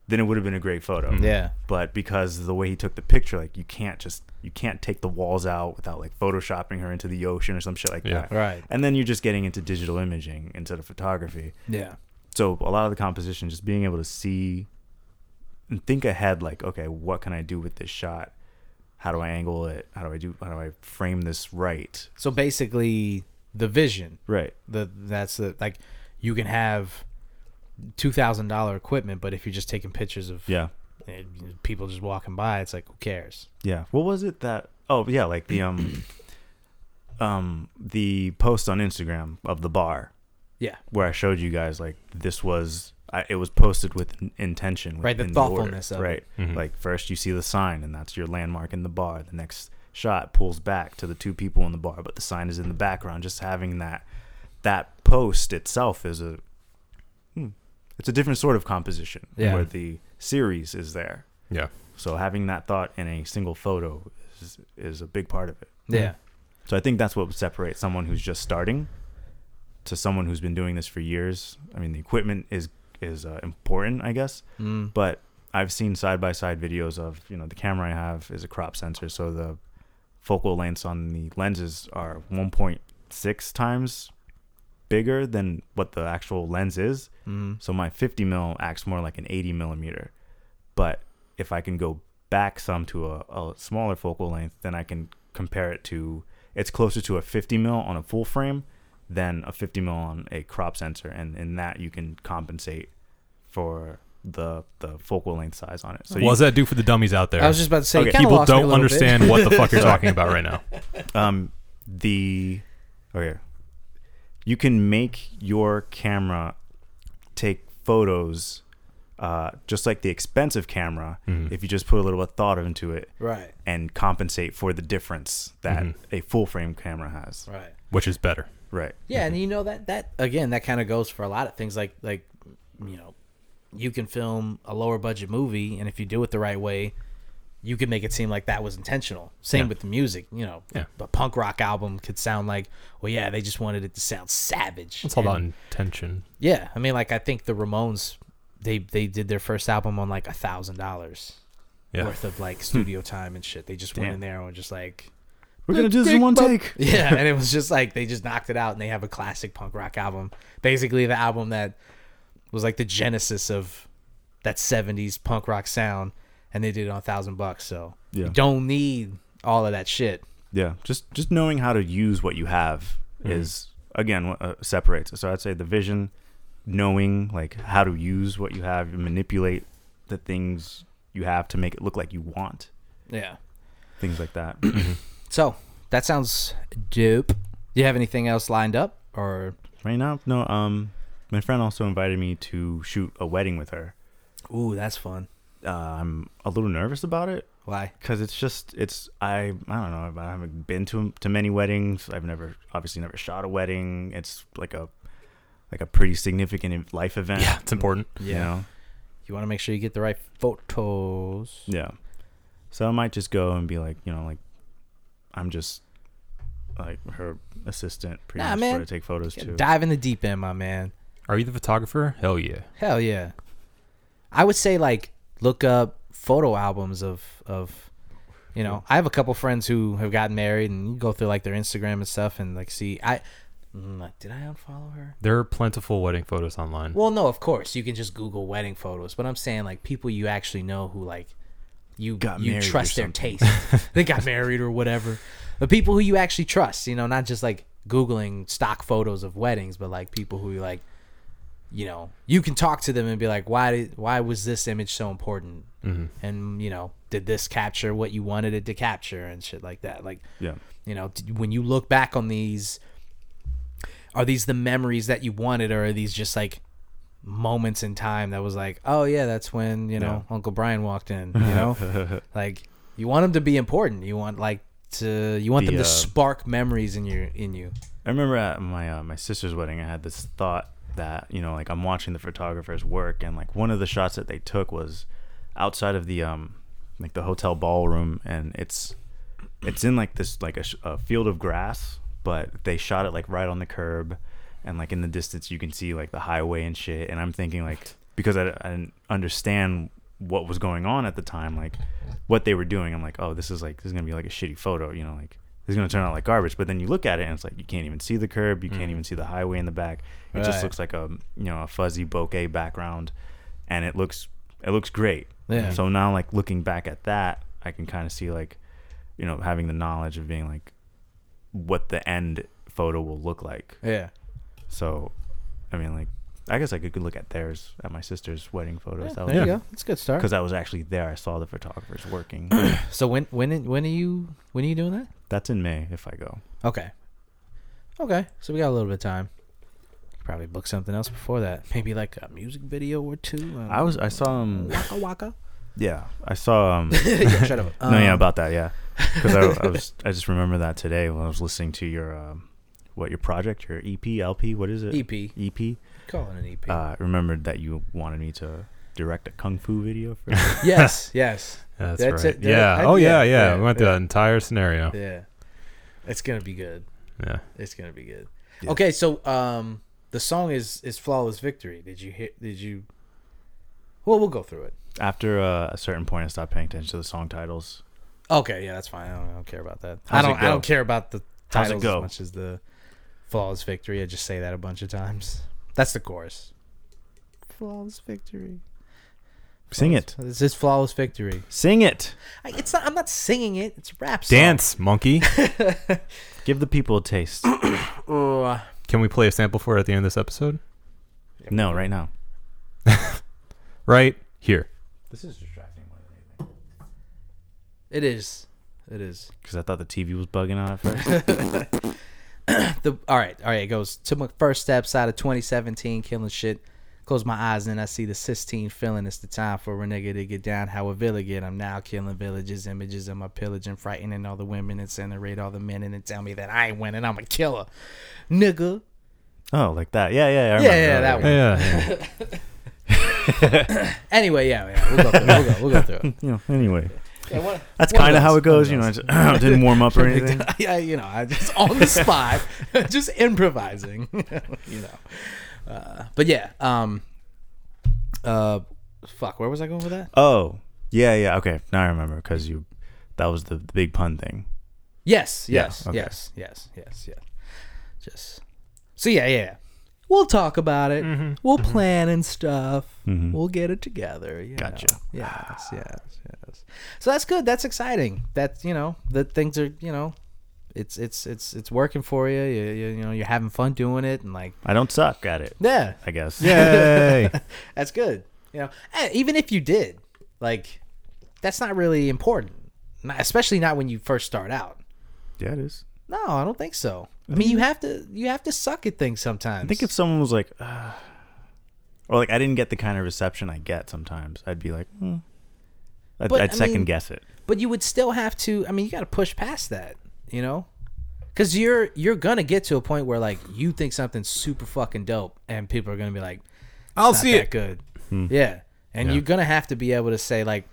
C: then it would have been a great photo.
A: Mm-hmm. Yeah.
C: But because of the way he took the picture, like you can't just you can't take the walls out without like photoshopping her into the ocean or some shit like
B: Yeah.
C: that.
A: Right.
C: And then you're just getting into digital imaging instead of photography
A: Yeah.
C: so a lot of the composition just being able to see and think ahead like okay what can i do with this shot how do i angle it how do i do how do i frame this right
A: So basically, the vision.
C: right
A: the that's the like you can have two thousand dollar equipment, but if you're just taking pictures of
C: yeah
A: eh, people just walking by, it's like who cares?
C: yeah what was it that oh yeah like the um um the post on instagram of the bar
A: Yeah,
C: where i showed you guys like this was I, it was posted with in- intention with
A: Right, the thoughtfulness of it.
C: right
B: Mhm.
C: like first you see the sign and that's your landmark in the bar the next shot pulls back to the two people in the bar but the sign is in the background just having that that post itself is a hmm, it's a different sort of composition
A: Yeah.
C: where the series is there
B: Yeah.
C: so having that thought in a single photo is is a big part of it
A: yeah,
C: so I think that's what would separate someone who's just starting to someone who's been doing this for years. I mean, the equipment is is uh, important, I guess,
A: mm.
C: but I've seen side by side videos of you know the camera I have is a crop sensor, so the focal lengths on the lenses are 1.6 times bigger than what the actual lens is.
A: Mm.
C: So my 50 mil acts more like an 80 millimeter, but if I can go back some to a, a smaller focal length, then I can compare it to. It's closer to a 50 mil on a full frame than a 50 mil on a crop sensor, and in that you can compensate for the the focal length size on it. So
B: what does that do for the dummies out there?
A: I was just about to say,
C: Okay.
A: it kinda
B: People
A: lost me a
B: don't
A: little bit.
B: understand what the fuck you're talking about right now.
C: you, um, the oh yeah, you can make your camera take photos uh, just like the expensive camera if you just put a little bit of thought into it
A: Right,
C: and compensate for the difference that a full frame camera has.
A: right.
B: Which is better.
C: Right.
A: Yeah, and you know that that again that kind of goes for a lot of things like like you know you can film a lower budget movie and if you do it the right way you can make it seem like that was intentional. Same
B: Yeah.
A: with the music, you know.
B: Yeah.
A: A punk rock album could sound like, well, yeah, they just wanted it to sound savage.
B: It's all about
A: And-
B: intention.
A: Yeah, I mean, like I think the Ramones, they they did their first album on like a thousand dollars
B: Yeah.
A: worth of like studio time and shit. They just went
C: Damn.
A: in there and were just like,
C: We're gonna do this in one take.
A: yeah, and it was just like they just knocked it out, and they have a classic punk rock album. Basically, the album that was like the genesis of that '70s punk rock sound, and they did it on a thousand bucks. So
C: Yeah.
A: you don't need all of that shit.
C: Yeah. Just just knowing how to use what you have is again what uh, separates. So I'd say the vision, knowing like how to use what you have, manipulate the things you have to make it look like you want
A: Yeah.
C: things like that.
A: So that sounds dope. Do you have anything else lined up, or
C: right now, no. Um, my friend also invited me to shoot a wedding with her.
A: ooh, that's fun.
C: Uh, I'm a little nervous about it
A: Why?
C: because it's just it's I I don't know I haven't been to to many weddings. I've never obviously never shot a wedding. It's like a like a pretty significant life event.
B: Yeah, it's important.
C: You know?
A: You want to make sure you get the right photos.
C: Yeah. So I might just go and be like, you know, like I'm just like her assistant pretty
A: Nah,
C: much
A: man.
C: sort of take photos too.
A: Dive in the deep end, my man.
B: Are you the photographer? Hell yeah.
A: Hell yeah. I would say like look up photo albums of of you know, I have a couple friends who have gotten married and you go through like their Instagram and stuff and like see I mm, did I unfollow her?
B: There are plentiful wedding photos online.
A: Well, no, of course. You can just Google wedding photos, but I'm saying like people you actually know who like you
C: Got
A: you
C: married or
A: trust their
C: something.
A: taste. they got married or whatever. The people who you actually trust, you know, not just like googling stock photos of weddings, but like people who you like you know, you can talk to them and be like, "Why did, why was this image so important?"
C: Mm-hmm.
A: And you know, did this capture what you wanted it to capture and shit like that. Like
C: Yeah.
A: you know, d- when you look back on these are these the memories that you wanted or are these just like moments in time that was like oh yeah that's when you know uncle brian walked in you know like you want them to be important you want like to you want
C: The,
A: them to
C: uh,
A: spark memories in your in you
C: I remember at my uh, my sister's wedding, I had this thought that you know, like I'm watching the photographer's work, and like one of the shots that they took was outside of the um, like the hotel ballroom, and it's it's in like this like a, sh- a field of grass, but they shot it like right on the curb, and like in the distance you can see like the highway and shit, and I'm thinking like because I, I didn't understand what was going on at the time, like what they were doing, I'm like, oh, this is like this is gonna be like a shitty photo, you know, like it's gonna turn out like garbage. But then you look at it and it's like you can't even see the curb, you can't even see the highway in the back. It
A: Mm. Right.
C: just looks like a you know a fuzzy bokeh background, and it looks it looks great.
A: Yeah.
C: So now like looking back at that, I can kind of see like you know having the knowledge of being like what the end photo will look like.
A: yeah
C: So, I mean like. I guess I could look at theirs at my sister's wedding photos.
A: there you go that's a good start
C: Because I was actually there. I saw the photographers working.
A: so when when when are you when are you doing that
C: That's in May if I go.
A: okay okay so we got a little bit of time probably book something else before that maybe like a music video or two um,
C: I was I saw um
A: waka waka
C: yeah I saw um
A: yeah, shut up
C: no yeah
A: Um,
C: about that yeah because I, I was I just remember that today when I was listening to your um what your project your E EP LP what is it
A: EP.
C: EP
A: E Call it an E EP.
C: uh I remembered that you wanted me to direct a kung fu video for
A: yes, yes.
B: That's,
A: That's
B: right.
A: it.
B: Yeah.
A: I-
B: oh
A: yeah,
B: yeah, yeah.
A: yeah,
B: we went through
A: yeah.
B: that entire scenario. Yeah.
A: Yeah. It's gonna be good. It's gonna be good.
C: Yeah.
A: Okay, so um the song is is Flawless Victory. Did you hear did you Well, we'll go through it.
C: after uh, a certain point I stopped paying attention to the song titles
A: Okay, yeah, that's fine. I don't, I don't care about that. I
C: How's it
A: don't I
C: go?
A: don't care about the
C: How's it
A: titles as
C: go?
A: much as the Flawless Victory. I just say that a bunch of times. That's the chorus. Flawless Victory.
C: Sing it.
A: This is flawless victory.
C: Sing it.
A: I, it's not. I'm not singing it. It's a rap song.
B: Dance, monkey.
C: Give the people a taste.
A: Ooh.
B: Can we play a sample for it at the end of this episode?
C: no, right now.
B: Right here.
C: This is distracting more than anything.
A: It is. It is.
C: Because I thought the TV was bugging out at first.
A: The all right, all right. It goes took my first steps out of 2017, killing shit. Close my eyes and then I see the Sistine feeling. It's the time for a nigga to get down. How a villain get? I'm now killing villages, images of my pillaging, frightening all the women, incinerate all the men, and then tell me that I ain't winning. I'm a killer, nigga.
C: oh, like that. Yeah, yeah, yeah. I
A: Yeah,
C: remember.
A: yeah,
C: Right,
A: that
C: right,
A: one.
B: Yeah. yeah.
A: Anyway, yeah, yeah. We'll go through. it. We'll go, we'll go through. it.
C: right. You know, anyway,
A: Yeah, one-
C: that's
A: one
C: kind of how
A: those-
C: it goes. You know,
A: one
C: I
A: of
C: just, didn't warm up or anything.
A: yeah, you know, I just on the spot, just improvising, you know. Uh, but yeah, um, uh, fuck, where was I going with that?
C: Oh, yeah, yeah. Okay, now I remember because you. That was the, the big pun thing.
A: Yes,
C: Yeah,
A: yes,
C: okay.
A: yes, yes, yes, yes. Just so yeah, yeah. yeah. We'll talk about it.
C: Mm-hmm.
A: We'll plan and stuff. We'll get it together. you
C: Gotcha.
A: know. Yes, yes, yes. So that's good. That's exciting. That's you know that things are you know, it's it's it's it's working for you. You you, you know you're having fun doing it and like
C: I don't suck at it.
A: yeah,
C: I guess.
B: Yay.
A: that's good. You know, and even if you did, like that's not really important. Not, especially not when you first start out.
C: Yeah, it is.
A: No, I don't think so. I mean, you have to you have to suck at things sometimes.
C: I think if someone was like, uh, or like I didn't get the kind of reception I get sometimes, I'd be like, hmm. I'd,
A: But,
C: I'd
A: I
C: second
A: mean-
C: guess it.
A: but you would still have to. I mean, you got to push past that, you know, because you're you're gonna get to a point where like you think something's super fucking dope, and people are gonna be like,
B: I'll
A: "Not
B: see
A: that
B: it.
A: good." Yeah, and you're gonna have to be able to say like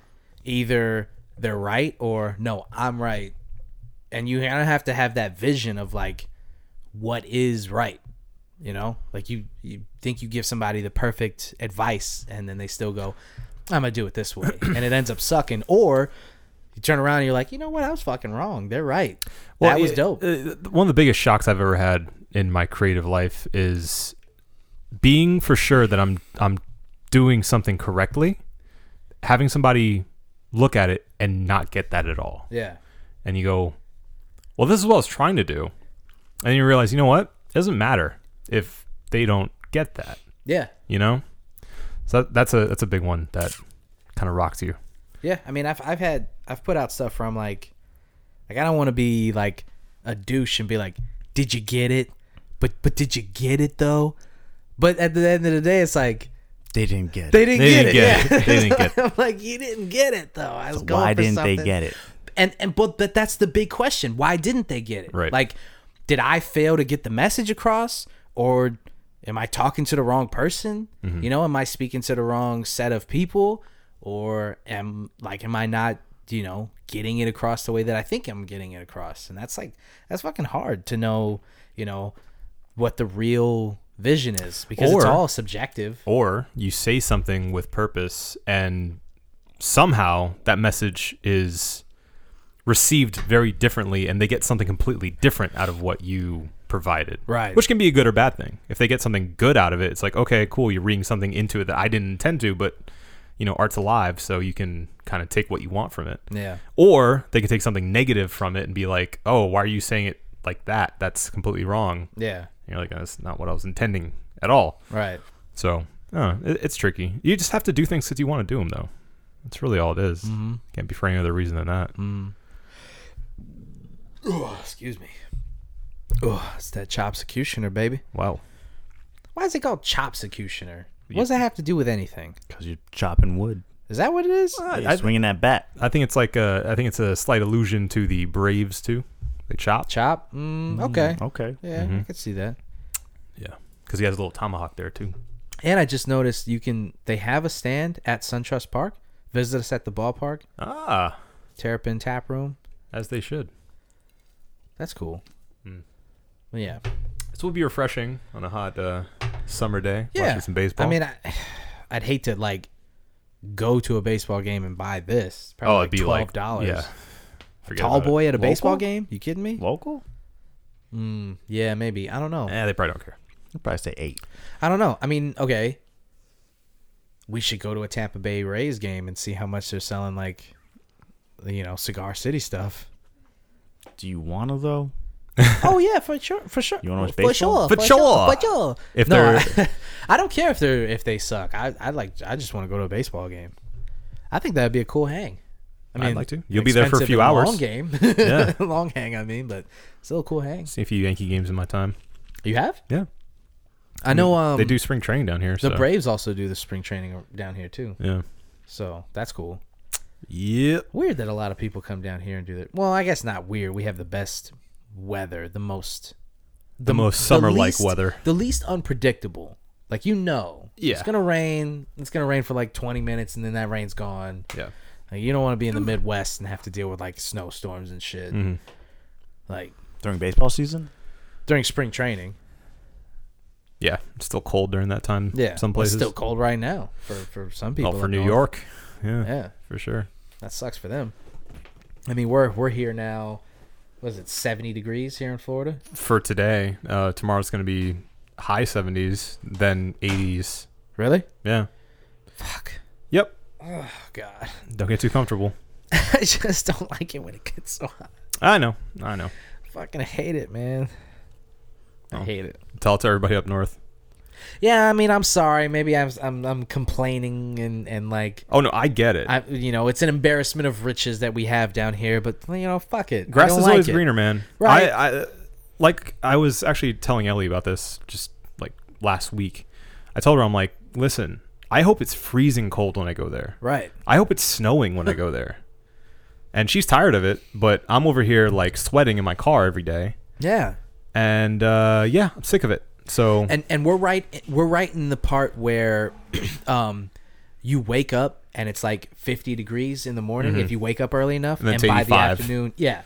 A: either they're right or no, I'm right, and you kind of have to have that vision of like what is right. You know, like you, you think you give somebody the perfect advice and then they still go, I'm going to do it this way. And it ends up sucking. Or you turn around and you're like, you know what? I was fucking wrong. They're right. that was
B: it-
A: dope.
B: uh, one of the biggest shocks I've ever had in my creative life is being for sure that I'm I'm doing something correctly, having somebody look at it and not get that at all.
A: yeah.
B: And you go, "Well, this is what I was trying to do." And you realize, you know what? It doesn't matter if they don't get that,
A: Yeah.
B: you know? So that- that's a that's a big one that kind of rocks you.
A: Yeah. I mean, I've, I've had, I've put out stuff where I'm like, like, I don't want to be like a douche and be like, did you get it? But, but did you get it though? But at the end of the day, it's like,
C: They didn't get
A: they
C: it.
A: didn't
B: They
A: get
B: didn't
A: it.
B: get
A: yeah.
B: it. They didn't get
A: I'm like, you didn't get it though. I was going
C: Why
A: for
C: didn't they
A: something."
C: get it?
A: and and but but that's the big question. Why didn't they get it?
B: Right.
A: Like, did I fail to get the message across, or am I talking to the wrong person?
B: Mm-hmm.
A: You know, am I speaking to the wrong set of people, or am like am I not you know getting it across the way that I think I'm getting it across? And that's like that's fucking hard to know. You know what the real vision is because it's
B: Or-
A: all subjective.
B: or you say something with purpose and somehow that message is received very differently and they get something completely different out of what you provided
A: Right.
B: which can be a good or bad thing if they get something good out of it it's like okay cool you're reading something into it that i didn't intend to but you know art's alive so you can kind of take what you want from it
A: Yeah.
B: or they can take something negative from it and be like oh why are you saying it like that that's completely wrong
A: Yeah.
B: you're like that's not what i was intending at all
A: Right.
B: so uh, it, it's tricky. You just have to do things because you want to do them, though. That's really all it is. Can't be for any other reason than that.
A: Excuse me. Oh, it's that chop executioner, baby.
B: Wow.
A: Why is it called chop executioner? What does that have to do with anything?
C: Because you're chopping wood,
A: Is that what it is?
C: you're
B: I-
C: swinging that bat.
B: I think it's like a, I think it's a slight allusion to the Braves too. They chop.
A: chop? Mm, okay.
B: oh.
C: Okay.
A: Yeah,
B: Mm-hmm.
A: I can see that.
B: Yeah, because he has a little tomahawk there too.
A: And I just noticed you can. They have a stand at SunTrust Park. Visit us at the ballpark,
B: Ah,
A: Terrapin Tap Room.
B: as they should.
A: That's cool.
B: Mm.
A: Yeah.
B: This will be refreshing on a hot uh, summer day.
A: Yeah.
B: Watching some baseball.
A: I mean, I, I'd hate to like go to a baseball game and buy this. Probably
B: oh,
A: like
B: it'd be
A: twelve
B: like
A: dollars.
B: Yeah. Forget
A: Tall
B: about it.
A: boy at a baseball
C: Local?
A: game? You kidding me?
C: Local?
A: Yeah, maybe. I don't know.
B: Eh, they probably don't care.
C: I'd probably say eight.
A: I don't know. I mean, okay. we should go to a Tampa Bay Rays game and see how much they're selling like you know, Cigar City stuff.
C: Do you want to though?
A: oh yeah, for sure, for sure.
C: You wanna watch
A: for
C: baseball?
A: sure, for,
B: For
A: sure,
B: sure.
A: for sure.
B: If
A: no,
B: they're-
A: I, I don't care if they're if they suck. I I like I just want to go to a baseball game. I think that'd be a cool hang. I
B: I'd
A: mean,
B: like to. You'll be there for a
A: expensive
B: few
A: and Long
B: hours.
A: game,
B: Yeah.
A: long hang. I mean, but still a cool hang.
B: See a few Yankee games in my time.
A: You have?
B: Yeah,
A: I know. Um,
B: Mm, they do spring training down here.
A: The
B: so.
A: Braves also do the spring training down here too,
B: Yeah.
A: so that's cool.
B: Yep.
A: Weird that a lot of people come down here and do that. Well, I guess not weird. We have the best weather, the most,
B: The, most summer-like
A: least-
B: weather.
A: the least unpredictable. Like you know, it's
B: Yeah.
A: gonna rain. It's gonna rain for like twenty minutes, and then that rain's gone.
B: Yeah.
A: Like, you don't want to
B: Mm.
A: be in the Midwest and have to deal with like snowstorms and shit.
B: Mm-hmm.
A: Like
C: During baseball season?
A: during spring training,
B: Yeah. It's still cold during that time.
A: yeah,
B: Some
A: it's
B: places.
A: still cold right now for for some people.
B: Well, for
A: up
B: New
A: north.
B: York. Yeah,
A: yeah.
B: For sure.
A: that sucks for them. I mean, we're we're here now. Was it seventy degrees here in Florida?
B: For today, uh, tomorrow's going to be high 70s, then 80s.
A: Really?
B: Yeah.
A: Fuck.
B: Yep.
A: Oh God,
B: Don't get too comfortable.
A: I just don't like it when it gets so hot.
B: I know. I know.
A: I fucking hate it, man. I
B: Oh.
A: hate it.
B: Tell it to everybody up north.
A: Yeah, I mean, I'm sorry. Maybe I'm I'm, I'm complaining and and like.
B: Oh, no. I get it.
A: I, you know, it's an embarrassment of riches that we have down here, but you know, fuck it. I
B: Grass
A: don't
B: is
A: like
B: always
A: it.
B: greener, man.
A: Right.
B: I, I like I was actually telling Ellie about this just like last week. I told her I'm like, listen, I hope it's freezing cold when I go there.
A: Right.
B: I hope it's snowing when I go there. And she's tired of it, but I'm over here like sweating in my car every day.
A: Yeah.
B: And uh, yeah, I'm sick of it. So
A: and and we're right we're right in the part where um you wake up and it's like 50 degrees in the morning if you wake up early enough
B: Mm-hmm. And
A: and,
B: then it's
A: by the
B: 85.
A: afternoon yeah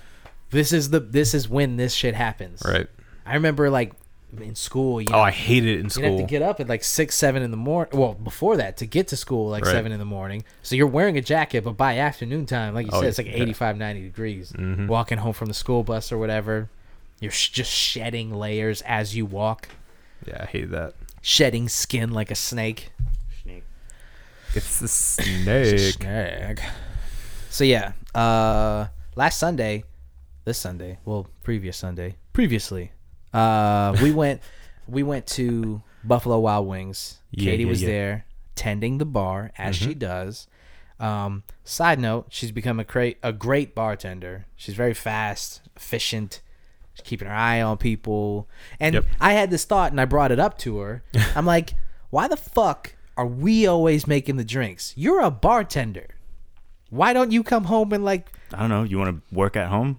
A: this is the this is when this shit happens
B: right.
A: i remember like in school you
B: Oh,
A: know,
B: I hated it
A: you'd
B: in
A: have to
B: school.
A: get up at like six, seven in the morning. Well, before that, to get to school like
B: Right.
A: seven in the morning. So you're wearing a jacket, but by afternoon time, like you
B: Oh,
A: said, it's like
B: yeah. Mm-hmm.
A: 85, 90 degrees. Walking home from the school bus or whatever, you're sh- just shedding layers as you walk
B: Yeah, I hated that.
A: shedding skin like a snake.
B: It's the
A: It's a
B: snake.
A: snake. So yeah, uh, last Sunday, this Sunday, well, previous Sunday, previously, uh, we went, we went to Buffalo Wild Wings.
B: Yeah,
A: Katie
B: yeah,
A: was
B: yeah. Mm-hmm.
A: there tending the bar as she does. Um, side note, she's become a great a great bartender. She's very fast, efficient. She's keeping her eye on people. And
B: Yep.
A: I had this thought and I brought it up to her. I'm like, why the fuck are we always making the drinks? You're a bartender. Why don't you come home and like
C: I don't know. You want to work at home?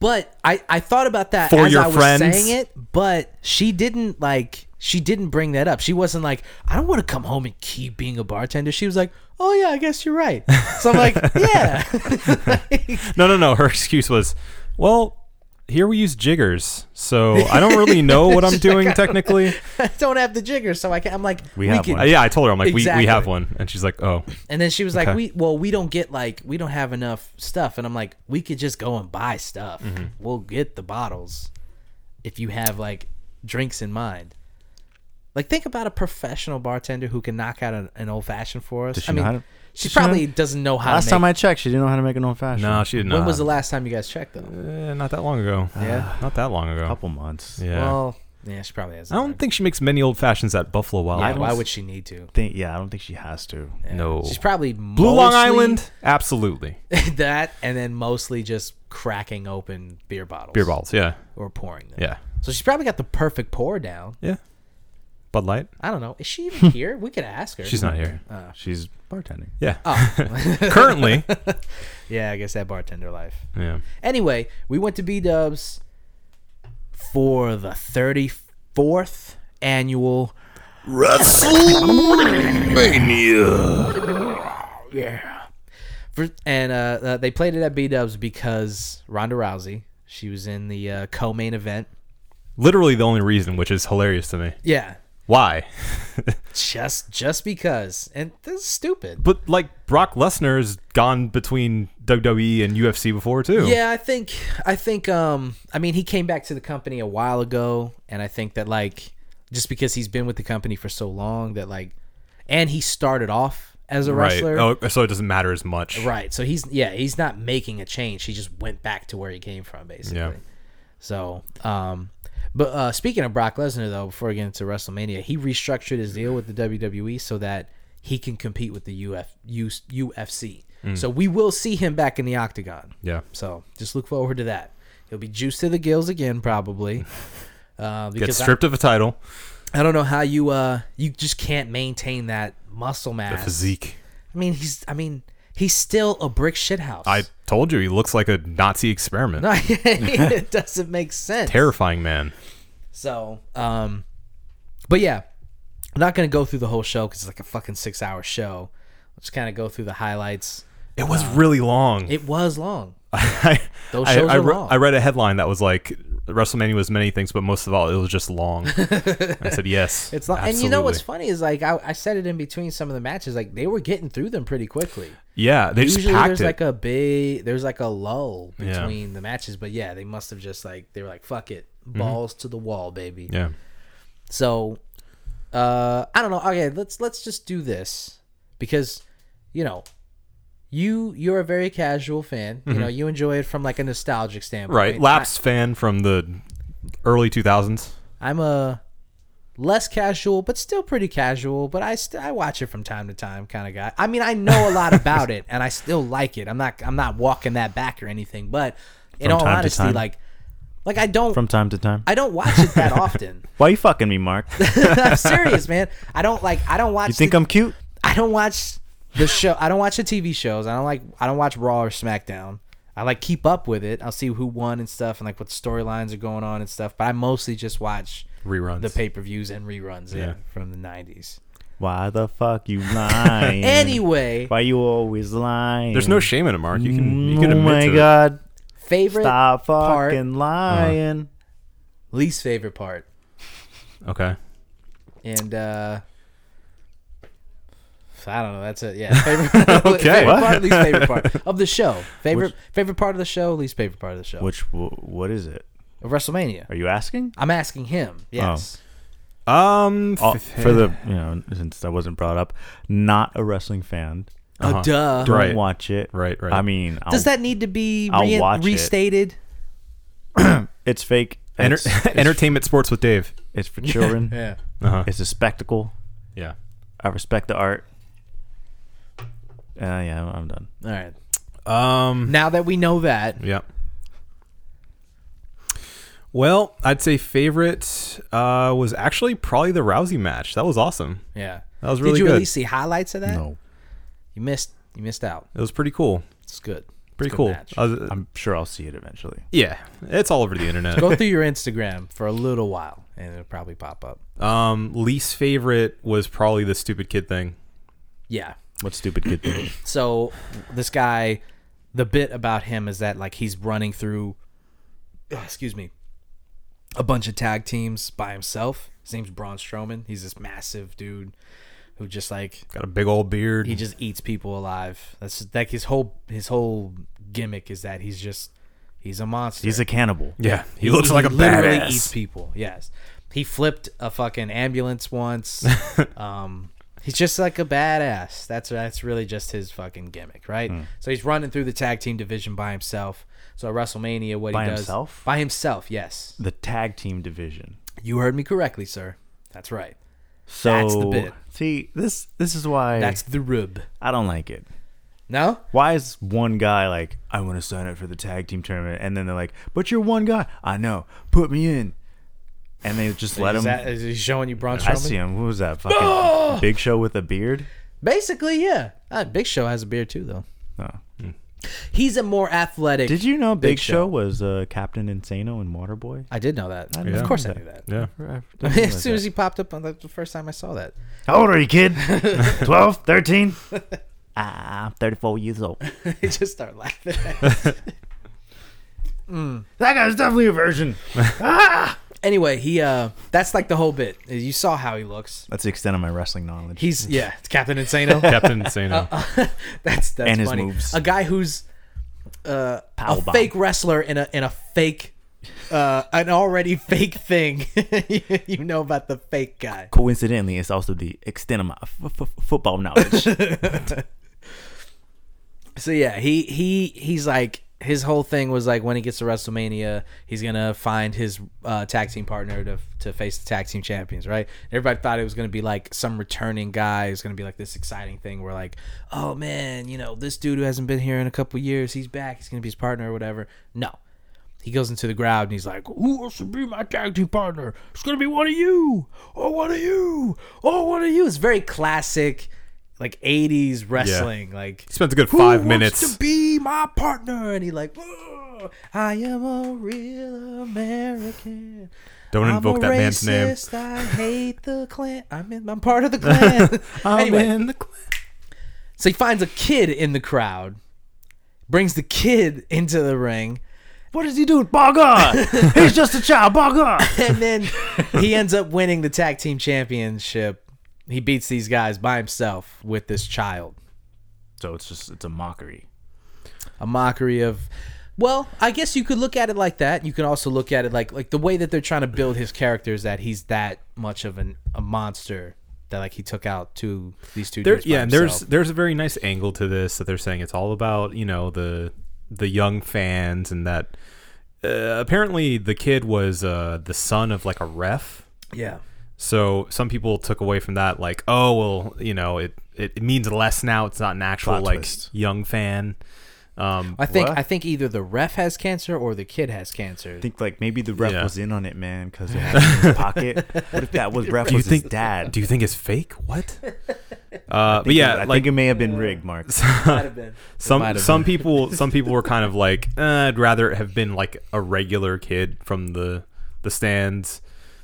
A: but I, I thought about that
B: For
A: as
B: your
A: I was
B: friends?
A: saying it, but she didn't like she didn't bring that up. She wasn't like, I don't want to come home and keep being a bartender. She was like, Oh yeah, I guess you're right. So I'm like, Yeah.
B: No, no, no. Her excuse was, well, here we use jiggers, so I don't really know what I'm doing technically.
A: I don't have the jigger, so I can I'm like
C: We have
A: can-
B: Uh, yeah, I told her I'm like, we,
A: Exactly.
B: we have one, and she's like, oh,
A: And then she was like,
B: Okay.
A: "We well, we don't get like we don't have enough stuff." And I'm like, "We could just go and buy stuff.
C: Mm-hmm.
A: We'll get the bottles if you have like drinks in mind." Like, think about a professional bartender who can knock out an, an old fashioned for us.
C: Does she
A: I mean,
C: know how to-
A: she
C: does she know?
A: probably doesn't know how.
C: Last
A: to
C: time
A: make,
C: I checked, she didn't know how to make an old fashioned.
B: no, she did not.
A: when was the last time you guys checked them?
B: Eh, not that long ago. Ah,
A: Yeah.
B: not that long ago.
C: couple months.
B: Yeah.
A: Well, yeah, she probably
B: I
A: hasn't.
B: don't think she makes many old fashions at Buffalo Wild.
A: Yeah,
B: Wings.
A: why would she need to?
C: Think, yeah, I don't think she has to.
A: Yeah.
B: No.
A: she's probably
B: Blue Long
A: mostly
B: Island? Absolutely.
A: that, and then mostly just cracking open beer bottles,
B: Beer balls. Yeah.
A: or pouring them.
B: Yeah.
A: So she's probably got the perfect pour down.
B: Yeah. Bud Light?
A: I don't know. Is she even here? We could ask her.
B: She's not here.
C: She's
A: Ah.
C: bartending.
B: Yeah.
A: Oh.
B: Currently.
A: yeah, I guess that bartender life.
B: yeah.
A: Anyway, we went to B Dubs for the 34th annual WrestleMania. yeah. For, and uh, uh, they played it at B Dubs because Ronda Rousey, she was in the uh, co main event.
B: Literally the only reason, which is hilarious to me.
A: Yeah.
B: Why?
A: Just just because. And this is stupid.
B: But like Brock Lesnar's gone between WWE and UFC before too.
A: Yeah, I think I think um I mean he came back to the company a while ago and I think that like just because he's been with the company for so long that like and he started off as a
B: Right.
A: wrestler.
B: Oh, so it doesn't matter as much.
A: Right. So he's yeah, he's not making a change. He just went back to where he came from, basically.
B: Yeah.
A: So, um, but uh, speaking of Brock Lesnar, though, before we get into WrestleMania, he restructured his deal with the WWE so that he can compete with the Uf, U, UFC. So we will see him back in the octagon.
B: Mm. Yeah.
A: So just look forward to that. He'll be juiced to the gills again, probably. Uh,
B: Get
A: because I,
B: stripped of a title,
A: I don't know how you uh you just can't maintain that muscle
B: the
A: mass.
B: physique.
A: I mean, he's I mean he's still a brick shithouse.
B: I told you he looks like a Nazi experiment.
A: No, it doesn't make sense.
B: Terrifying man.
A: So, um, but yeah, I'm not gonna go through the whole show because it's like a fucking six hour show. Let's kind of go through the highlights.
B: It was really long.
A: It was long.
B: I,
A: Those
B: I-
A: shows
B: I
A: are
B: re-
A: long.
B: I read a headline that was like WrestleMania was many things, but most of all, it was just long. I said yes.
A: It's long, and you know what's
B: absolutely.
A: funny is like I, I said it in between some of the matches. Like they were getting through them pretty quickly.
B: Yeah, they just
A: Usually
B: packed
A: there's
B: it.
A: like a big there's like a lull
B: Yeah.
A: between the matches, but yeah, they must have just like they were like fuck it,
B: Mm-hmm.
A: balls to the wall, baby.
B: yeah,
A: So uh I don't know. Okay, let's let's just do this because you know, you you're a very casual fan. You
C: Mm-hmm.
A: know, you enjoy it from like a nostalgic standpoint.
B: right. Lapsed fan from the early 2000s.
A: I, am a less casual but still pretty casual, but I st- I watch it from time to time kind of guy. I mean, I know a lot about it and I still like it. I'm not I'm not walking that back or anything, but in
C: From
A: all
C: time to
A: honesty
C: time?
A: like like I don't
C: From time to time.
A: I don't watch it that often.
C: Why you fucking me, Mark? You
A: I'm serious, man. I don't like I don't watch
C: think
A: the-
C: I'm cute?
A: I don't watch the show. I don't watch the TV shows. I don't like. I don't watch Raw or SmackDown. I like keep up with it. I'll see who won and stuff, and like what storylines are going on and stuff. But I mostly just watch
B: Reruns.
A: the pay per views and reruns. Yeah.
B: Yeah.
A: from the nineties.
C: Why the fuck you lying?
A: Anyway,
C: Why you always lying?
B: There's
A: Mm.
B: no shame in it, Mark. You can you can
C: oh
B: admit
C: my
B: to it.
C: god.
A: favorite
C: Stop
A: part,
C: fucking lying.
A: least favorite part,
B: Okay.
A: and uh I don't know. That's it. Yeah, favorite,
B: Okay.
A: favorite
B: What?
A: part, least favorite part of the show. Favorite
C: Which-
A: favorite part of the show, least favorite part of the show.
C: Which w- what is it?
A: of WrestleMania.
C: Are you asking?
A: I'm asking him. Yes.
B: Oh. Um, f-
C: Oh, for the you know since I wasn't brought up, not a wrestling fan.
A: Oh,
B: Uh-huh.
A: duh.
C: Don't
B: Right.
C: watch it.
B: Right, right.
C: I mean, I'll-
A: Does that need to be
C: I'll
A: re-
C: watch it.
A: restated?
C: It's fake.
B: enter-
C: It's, it's,
B: entertainment sports with Dave.
C: it's for children.
A: Yeah.
B: Uh-huh.
C: It's a spectacle.
B: Yeah.
C: I respect the art. Uh, yeah, I'm- I'm done.
A: All right.
B: Um.
A: Now that we know that,
B: Yeah. Well, I'd say favorite uh, was actually probably the Rousey match. That was awesome.
A: yeah.
B: That was
A: Did
B: really
A: you at
B: good.
A: least see highlights of that? You missed. You missed out.
B: It was pretty cool.
A: It's good. It's
B: Pretty
A: a good
B: cool.
A: match.
B: I was-
C: I'm sure I'll see it eventually.
B: yeah, it's all over the internet.
A: Go through your Instagram for a little while, and it'll probably pop up.
B: Um, least favorite was probably the stupid kid thing.
A: Yeah.
C: What stupid kid thing?
A: So this guy, the bit about him is that like he's running through, ah, excuse me, a bunch of tag teams by himself. His name's Braun Strowman. He's this massive dude who just like
B: Got a big old beard.
A: he just eats people alive. That's like his whole his whole gimmick is that he's just he's a monster.
C: He's a cannibal.
B: yeah, he looks like a
A: literally
B: badass.
A: eats people. Yes, he flipped a fucking ambulance once. um, he's just like a badass. That's that's really just his fucking gimmick, right?
C: Hmm.
A: So he's running through the tag team division by himself. So at WrestleMania, what
C: By
A: he does
C: himself?
A: by himself, yes,
C: The tag team division.
A: you heard me correctly, sir. That's right.
C: So
A: That's the bit.
C: See, this this is why
A: That's the rub.
C: I don't like it.
A: No,
C: Why is one guy like, I want to sign up for the tag team tournament, and then they're like, but you're one guy. I know. Put me in. And they just let
A: is,
C: him.
A: that, Ah! is he showing you Braun Strowman?
C: I see him. Who was that? Fucking Big Show with a beard.
A: Basically, yeah. Uh, Big Show has a beard too, though.
C: No.
A: He's a more athletic.
C: Did you know Big,
A: Big Show.
C: Show. was uh, Captain Insano and Waterboy?
A: I did know that.
C: didn't
A: Of
C: know
A: course, I
C: that.
A: knew that.
B: yeah,
A: I mean, as soon as he popped up on the, the first time I saw that,
C: How old are you, kid? 12? 13? Ah, I'm 34 years old.
A: I just started laughing.
C: That guy's definitely a virgin.
A: anyway, he uh, that's like the whole bit. You saw how he looks.
C: That's the extent of my wrestling knowledge.
A: He's yeah, it's Captain Insano.
B: Captain
A: Uh,
B: Insano.
A: that's that's
C: And his
A: funny.
C: moves.
A: A guy who's uh,
C: Power
A: a
C: bomb.
A: fake wrestler in a in a fake uh, an already fake thing. you know about the fake guy.
C: Coincidentally, it's also the extent of my f- f- football knowledge.
A: So yeah, he he he's like his whole thing was like when he gets to WrestleMania, he's gonna find his uh, tag team partner to to face the tag team champions, right? Everybody thought it was gonna be like some returning guy. It's gonna be like this exciting thing where like, oh man, you know this dude who hasn't been here in a couple years, he's back. He's gonna be his partner or whatever. No, he goes into the crowd and he's like, "Who wants to be my tag team partner? It's gonna be one of you. Oh, one of you. Oh, one of you." It's very classic, like '80s wrestling. Like
B: He spends a good
A: "Who
B: five
A: wants
B: minutes.
A: to be my partner, and he like, "Whoa, I am a real American.
B: Don't
A: I'm
B: invoke
A: a
B: that man's name.
A: racist. I hate the clan. I'm in. I'm part of the clan. anyway,
B: the clan.
A: so he finds a kid in the crowd, brings the kid into the ring. What does he do?
C: Bogger! He's just a child, Bogger!
A: and then he ends up winning the tag team championship. He beats these guys by himself with this child.
C: So it's just, it's a mockery.
A: A mockery of well, I guess you could look at it like that. You can also look at it like like the way that they're trying to build his character is that he's that much of an, a monster that like he took out two these two
B: There,
A: dudes. by
B: yeah, and there's
A: himself.
B: there's a very nice angle to this that they're saying it's all about you know the the young fans and that uh, apparently the kid was uh, the son of like a ref.
A: yeah.
B: So some people took away from that like, oh well, you know, it it, it means less now. It's not an actual
C: Plot
B: like
C: twist.
B: young fan. Um,
A: I think
C: What?
A: I think either the ref has cancer or the kid has cancer.
C: I think like maybe the ref
B: Yeah.
C: was in on it, man, because it had it in his pocket. What if that was ref
B: do you
C: was
B: think
C: his dad?
B: Do you think it's fake? What? Uh, but yeah,
C: I
B: like
C: think it may have been rigged, Mark.
A: Might have been. might
B: some
A: have
B: some people some people were kind of like "Uh, I'd rather it have been like a regular kid from the the stands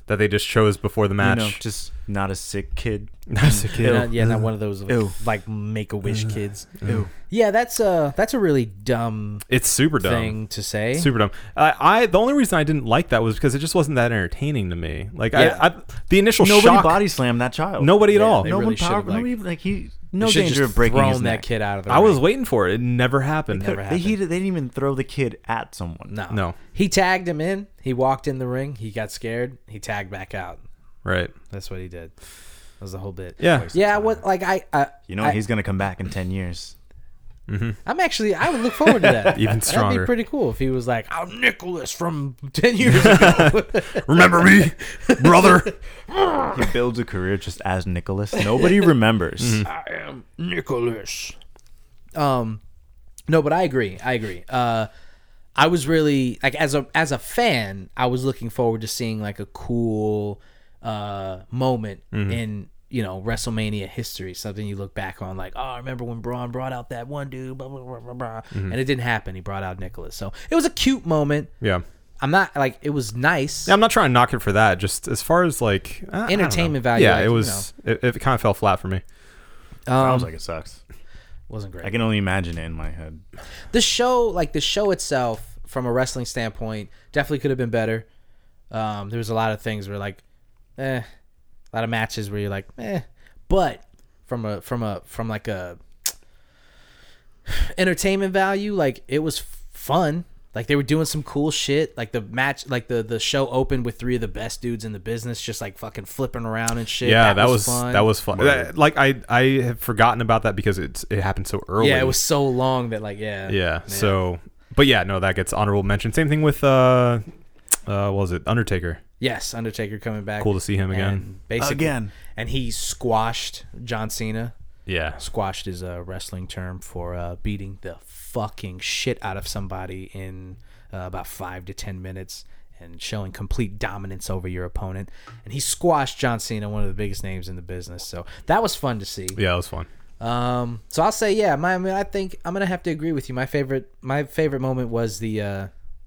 B: that they just chose before the
C: You
B: match.
C: know, just not a sick kid.
B: That's a kid.
A: Not- yeah, not one of those like,
C: Ew.
A: make a wish kids.
C: Ew.
A: Yeah, that's uh that's a really dumb
B: It's super dumb.
A: thing to say.
B: Super dumb. Uh, I the only reason I didn't like that was because it just wasn't that entertaining to me. Like
A: Yeah.
B: I, I the initial
C: Nobody
B: shock,
C: body slammed that child.
B: nobody at
A: Yeah,
B: all.
A: they
C: no
A: really
C: one
A: should've,
C: power,
A: like-
C: nobody like he.
A: You
C: No
A: should've
C: danger
A: just
C: of breaking
A: thrown
C: his
A: that
C: neck.
A: kid out of the
B: I was
A: ring.
B: waiting for it. It never happened.
A: Never
C: They,
A: happened.
C: he, they didn't even throw the kid at someone.
A: No.
B: No.
A: He tagged him in. He walked in the ring. He got scared. He tagged back out.
B: Right.
A: That's what he did. That was the whole bit.
B: Yeah.
A: Yeah, what like I, I
C: You know
A: I,
C: he's gonna come back in ten years.
A: I'm actually I would look forward to that.
B: Even
A: That'd
B: stronger.
A: be pretty cool if he was like, I'm Nicholas from ten years ago.
B: Remember me, brother.
C: He builds a career just as Nicholas. Nobody remembers.
A: I am Nicholas. Um, no, but I agree. I agree. Uh, I was really like as a as a fan, I was looking forward to seeing like a cool uh moment in you know WrestleMania history, something you look back on like, oh, I remember when Braun brought out that one dude, blah blah blah blah, blah. and it didn't happen. He brought out Nicholas, so it was a cute moment.
B: Yeah.
A: I'm not like it was nice.
B: Yeah, I'm not trying to knock it for that. Just as far as like I- I don't know.
A: Entertainment value,
B: Yeah,
A: like,
B: it
A: you
B: was. It, it kind of fell flat for me.
A: Um,
C: Sounds like it sucks.
A: wasn't great.
C: I can only imagine it in my head.
A: the show like the show itself from a wrestling standpoint definitely could have been better um there was a lot of things where like eh a lot of matches where you're like eh but from a from a from like a entertainment value like it was fun like they were doing some cool shit like the match like the the show opened with three of the best dudes in the business just like fucking flipping around and shit
B: yeah, that, was, that was fun.
C: Right.
B: Uh, Like I I have forgotten about that because it's it happened so early.
A: yeah it was so long that like yeah
B: Yeah. So, but yeah, no, that gets honorable mention. Same thing with uh, uh, what was it Undertaker?
A: Yes, Undertaker coming back.
B: Cool to see him again.
A: And basically,
C: Again.
A: and he squashed John Cena.
B: Yeah.
A: Squashed is a wrestling term for uh, beating the fucking shit out of somebody in uh, about five to ten minutes and showing complete dominance over your opponent. And he squashed John Cena, one of the biggest names in the business. So that was fun to see.
B: Yeah, it was fun.
A: Um, so I'll say, yeah, my, I mean, I think I'm gonna have to agree with you. My favorite, my favorite moment was the, uh,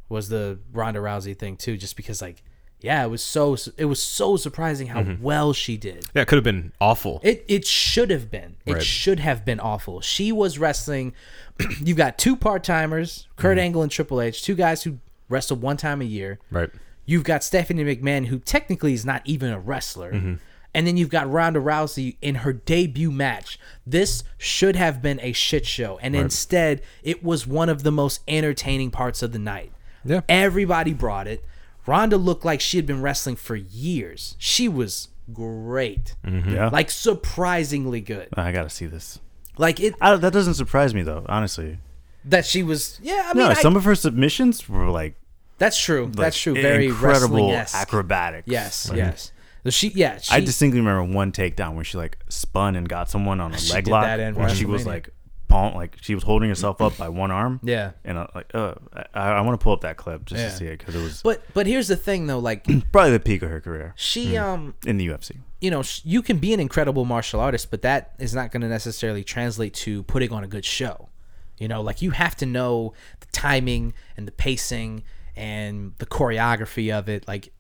A: was the Ronda Rousey thing too, just because like, yeah, it was so, it was so surprising how well she did.
B: Yeah, it could have been awful.
A: It it should have been. It
B: Right.
A: should have been awful. She was wrestling. you've got two part timers, Kurt Angle and Triple H, two guys who wrestle one time a year.
B: Mm-hmm. right.
A: You've got Stephanie McMahon, who technically is not even a wrestler.
B: Mm-hmm.
A: And then you've got Ronda Rousey in her debut match. This should have been a shit show. And instead, it was one of the most entertaining parts of the night.
B: Yeah.
A: Everybody brought it. Rhonda looked like she had been wrestling for years. She was great.
B: Mm-hmm.
C: Yeah.
A: Mm-hmm. Like surprisingly good.
C: I gotta see this.
A: Like it
C: I, that doesn't surprise me though, honestly.
A: that she was yeah, I mean
C: no,
A: I-
C: some of her submissions were like,
A: that's true. that's
C: like,
A: true. Very
C: incredible
A: wrestling acrobatics.
C: acrobatics.
A: Yes,
C: Like,
A: yes. So she yeah, she
C: I distinctly remember one takedown where she like spun and got someone on a
A: She
C: leg
A: did
C: lock,
A: that in
C: and she
A: WrestleMania.
C: was like, palm, like she was holding herself up by one arm.
A: Yeah.
C: and I, like, uh, I, I want to pull up that clip just
A: Yeah.
C: to see it because it was
A: But but here's the thing though, like
C: probably the peak of her career
A: she um
C: in the UFC.
A: you know, sh- you can be an incredible martial artist, but that is not going to necessarily translate to putting on a good show. You know, like you have to know the timing and the pacing and the choreography of it. Like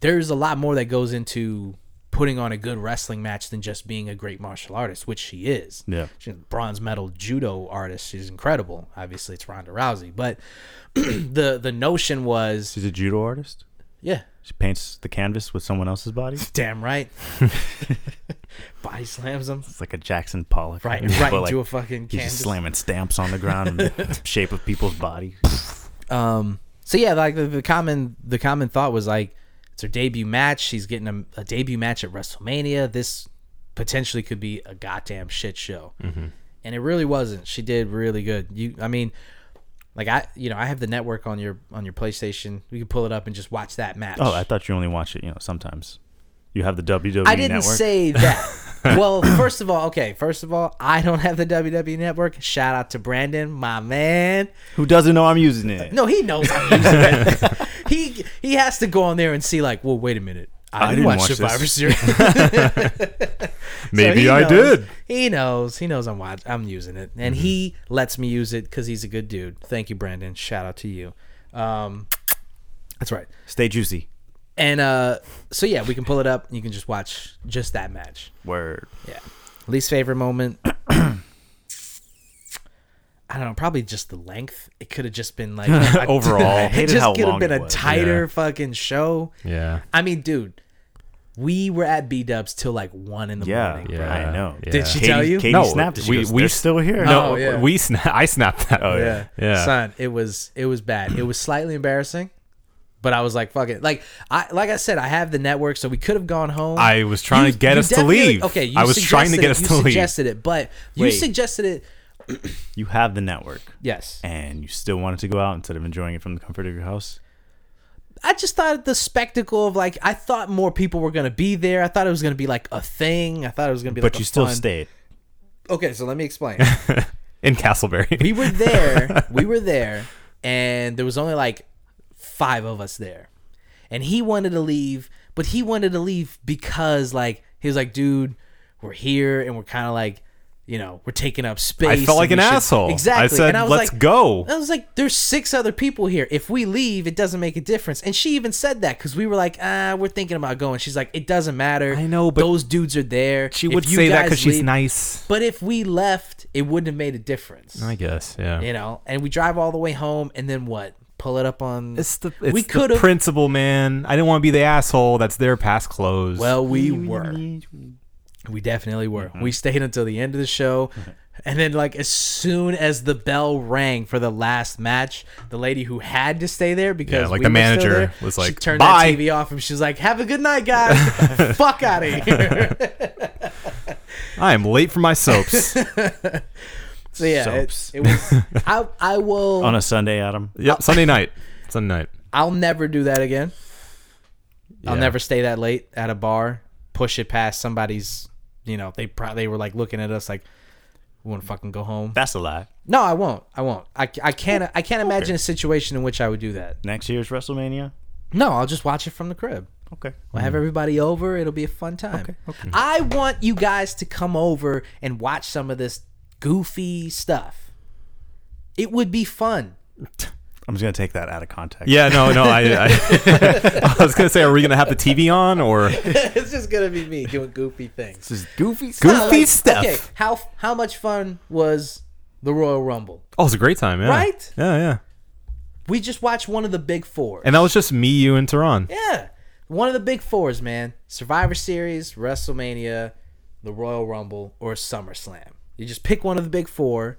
A: there's a lot more that goes into putting on a good wrestling match than just being a great martial artist, which she is.
C: Yeah.
A: She's a bronze medal judo artist. She's incredible. Obviously, it's Ronda Rousey, but the the notion was,
C: She's a judo artist.
A: yeah,
C: She paints the canvas with someone else's body.
A: damn right. Body slams them.
C: It's like a Jackson Pollock,
A: Right,
C: But,
A: right
C: like,
A: into a fucking
C: He's just
A: canvas.
C: slamming stamps on the ground in the shape of people's body.
A: Um, so yeah, like the, the common the common thought was like it's her debut match. She's getting a, a debut match at WrestleMania. This potentially could be a goddamn shit show,
C: Mm-hmm.
A: and it really wasn't. She did really good. You, I mean, like I, you know, I have the network on your on your PlayStation. We can pull it up and just watch that match.
C: Oh, I thought you only watch it, you know, sometimes. You have the WWE
A: I didn't
C: network.
A: say that. well, first of all, okay. First of all, I don't have the WWE network. Shout out to Brandon, my man.
C: Who doesn't know I'm using it?
A: No, he knows I'm using that. he he has to go on there and see like, well, wait a minute. I, didn't, watch, Survivor
C: this.
A: Series. So
B: Maybe
A: he
B: I
A: knows-
B: did.
A: He knows. He knows I'm watch, I'm using it, and he lets me use it because he's a good dude. Thank you, Brandon. Shout out to you. Um, that's right.
C: Stay juicy.
A: And uh, so yeah, we can pull it up. You can just watch just that match.
C: Word.
A: Yeah. Least favorite moment. I don't know. Probably just the length. It could have just been like
B: Overall.
A: It
C: Hated
A: just
C: how
A: could have
C: long
A: been
C: it
A: a
C: was.
A: tighter
B: Yeah.
A: fucking show.
B: Yeah.
A: I mean, dude, we were at B Dubs till like one in the
C: Yeah,
A: morning.
B: Yeah.
C: I know.
B: Yeah.
A: Did she
C: Katie,
A: tell you?
C: Katie
B: No,
C: snapped. it. She
B: we-
C: goes,
B: we-
C: "They're still
A: No.
C: here.
B: No,
A: Oh, yeah.
B: we sna- I snapped that. Oh
C: yeah.
B: Yeah.
A: son, it was it was bad. It was slightly embarrassing, but I was like, fuck it. Like I like I said, I have the network, so we could have gone home.
B: I was trying
A: You-
B: to get
A: you
B: us to
A: definitely-
B: leave.
A: Okay, you
B: I was trying to
A: suggested
B: get
A: it,
B: us
A: you
B: to leave.
A: suggested it, but you
C: Wait.
A: suggested it.
C: You have the network,
A: Yes,
C: and you still wanted to go out instead of enjoying it from the comfort of your house.
A: I just thought the spectacle of like I thought more people were gonna be there. I thought it was gonna be like a thing. I thought it was gonna be.
C: But
A: like
C: you
A: a
C: still
A: fun-
C: stayed.
A: Okay, so let me explain.
B: in Castleberry.
A: we were there. we were there, and there was only like five of us there. And he wanted to leave, but he wanted to leave because like he was like, dude, we're here and we're kind of like, you know, we're taking up space.
B: I felt like
A: and
B: an
A: we should-"
B: asshole.
A: Exactly.
B: I said,
A: and I was
B: "Let's
A: like,
B: go."
A: I was like, there's six other people here. If we leave, it doesn't make a difference. And she even said that because we were like, ah, we're thinking about going. She's like, it doesn't matter.
B: I know, but
A: those dudes are there.
B: She
A: If
B: would
A: you
B: say that
A: guys
B: because she's
A: leave-
B: nice.
A: But if we left, it wouldn't have made a difference
B: I guess. Yeah.
A: you know and we drive all the way home and then what pull it up on
B: It's the it's
A: we
B: the
A: could have
B: principal man. I didn't want to be the asshole. That's their past clothes.
A: well we were we definitely were
B: Mm-hmm.
A: we stayed until the end of the show and then like as soon as the bell rang for the last match the lady who had to stay there because
B: Yeah, like
A: we
B: the
A: were still
B: manager
A: there,
B: was
A: she
B: like,
A: turned
B: "Bye."
A: that tv off and she was like have a good night guys Get the fuck out of here
B: I am late for my soaps.
A: so yeah it,
C: Soaps.
A: it was i i will
C: On a Sunday, Adam.
B: yep. Sunday night. Sunday night.
A: I'll never do that again. I'll
B: Yeah.
A: never stay that late at a bar, push it past somebody's. You know, they probably they were like looking at us like, "We want to fucking go home."
C: That's a lie.
A: No, I won't. I won't. I, I can't. I can't imagine a situation in which I would do that.
C: Next year's WrestleMania.
A: No, I'll just watch it from the crib.
C: Okay.
A: We'll have everybody over. It'll be a fun time. I want you guys to come over and watch some of this goofy stuff. It would be fun.
C: I'm just gonna take that out of context.
B: Yeah. No. No. I. I, I was gonna say, are we gonna have the TV on or
A: it's just gonna be me doing goofy things.
C: This is goofy.
B: goofy
A: No, like,
B: stuff?
A: Okay, how how much fun was the Royal Rumble?
B: Oh, it's a great time. Yeah.
A: Right?
B: Yeah. Yeah.
A: We just watched one of the big four.
B: And that was just me, you, and Tehran.
A: yeah, one of the big fours, man. Survivor Series, WrestleMania, the Royal Rumble, or SummerSlam. You just pick one of the big four,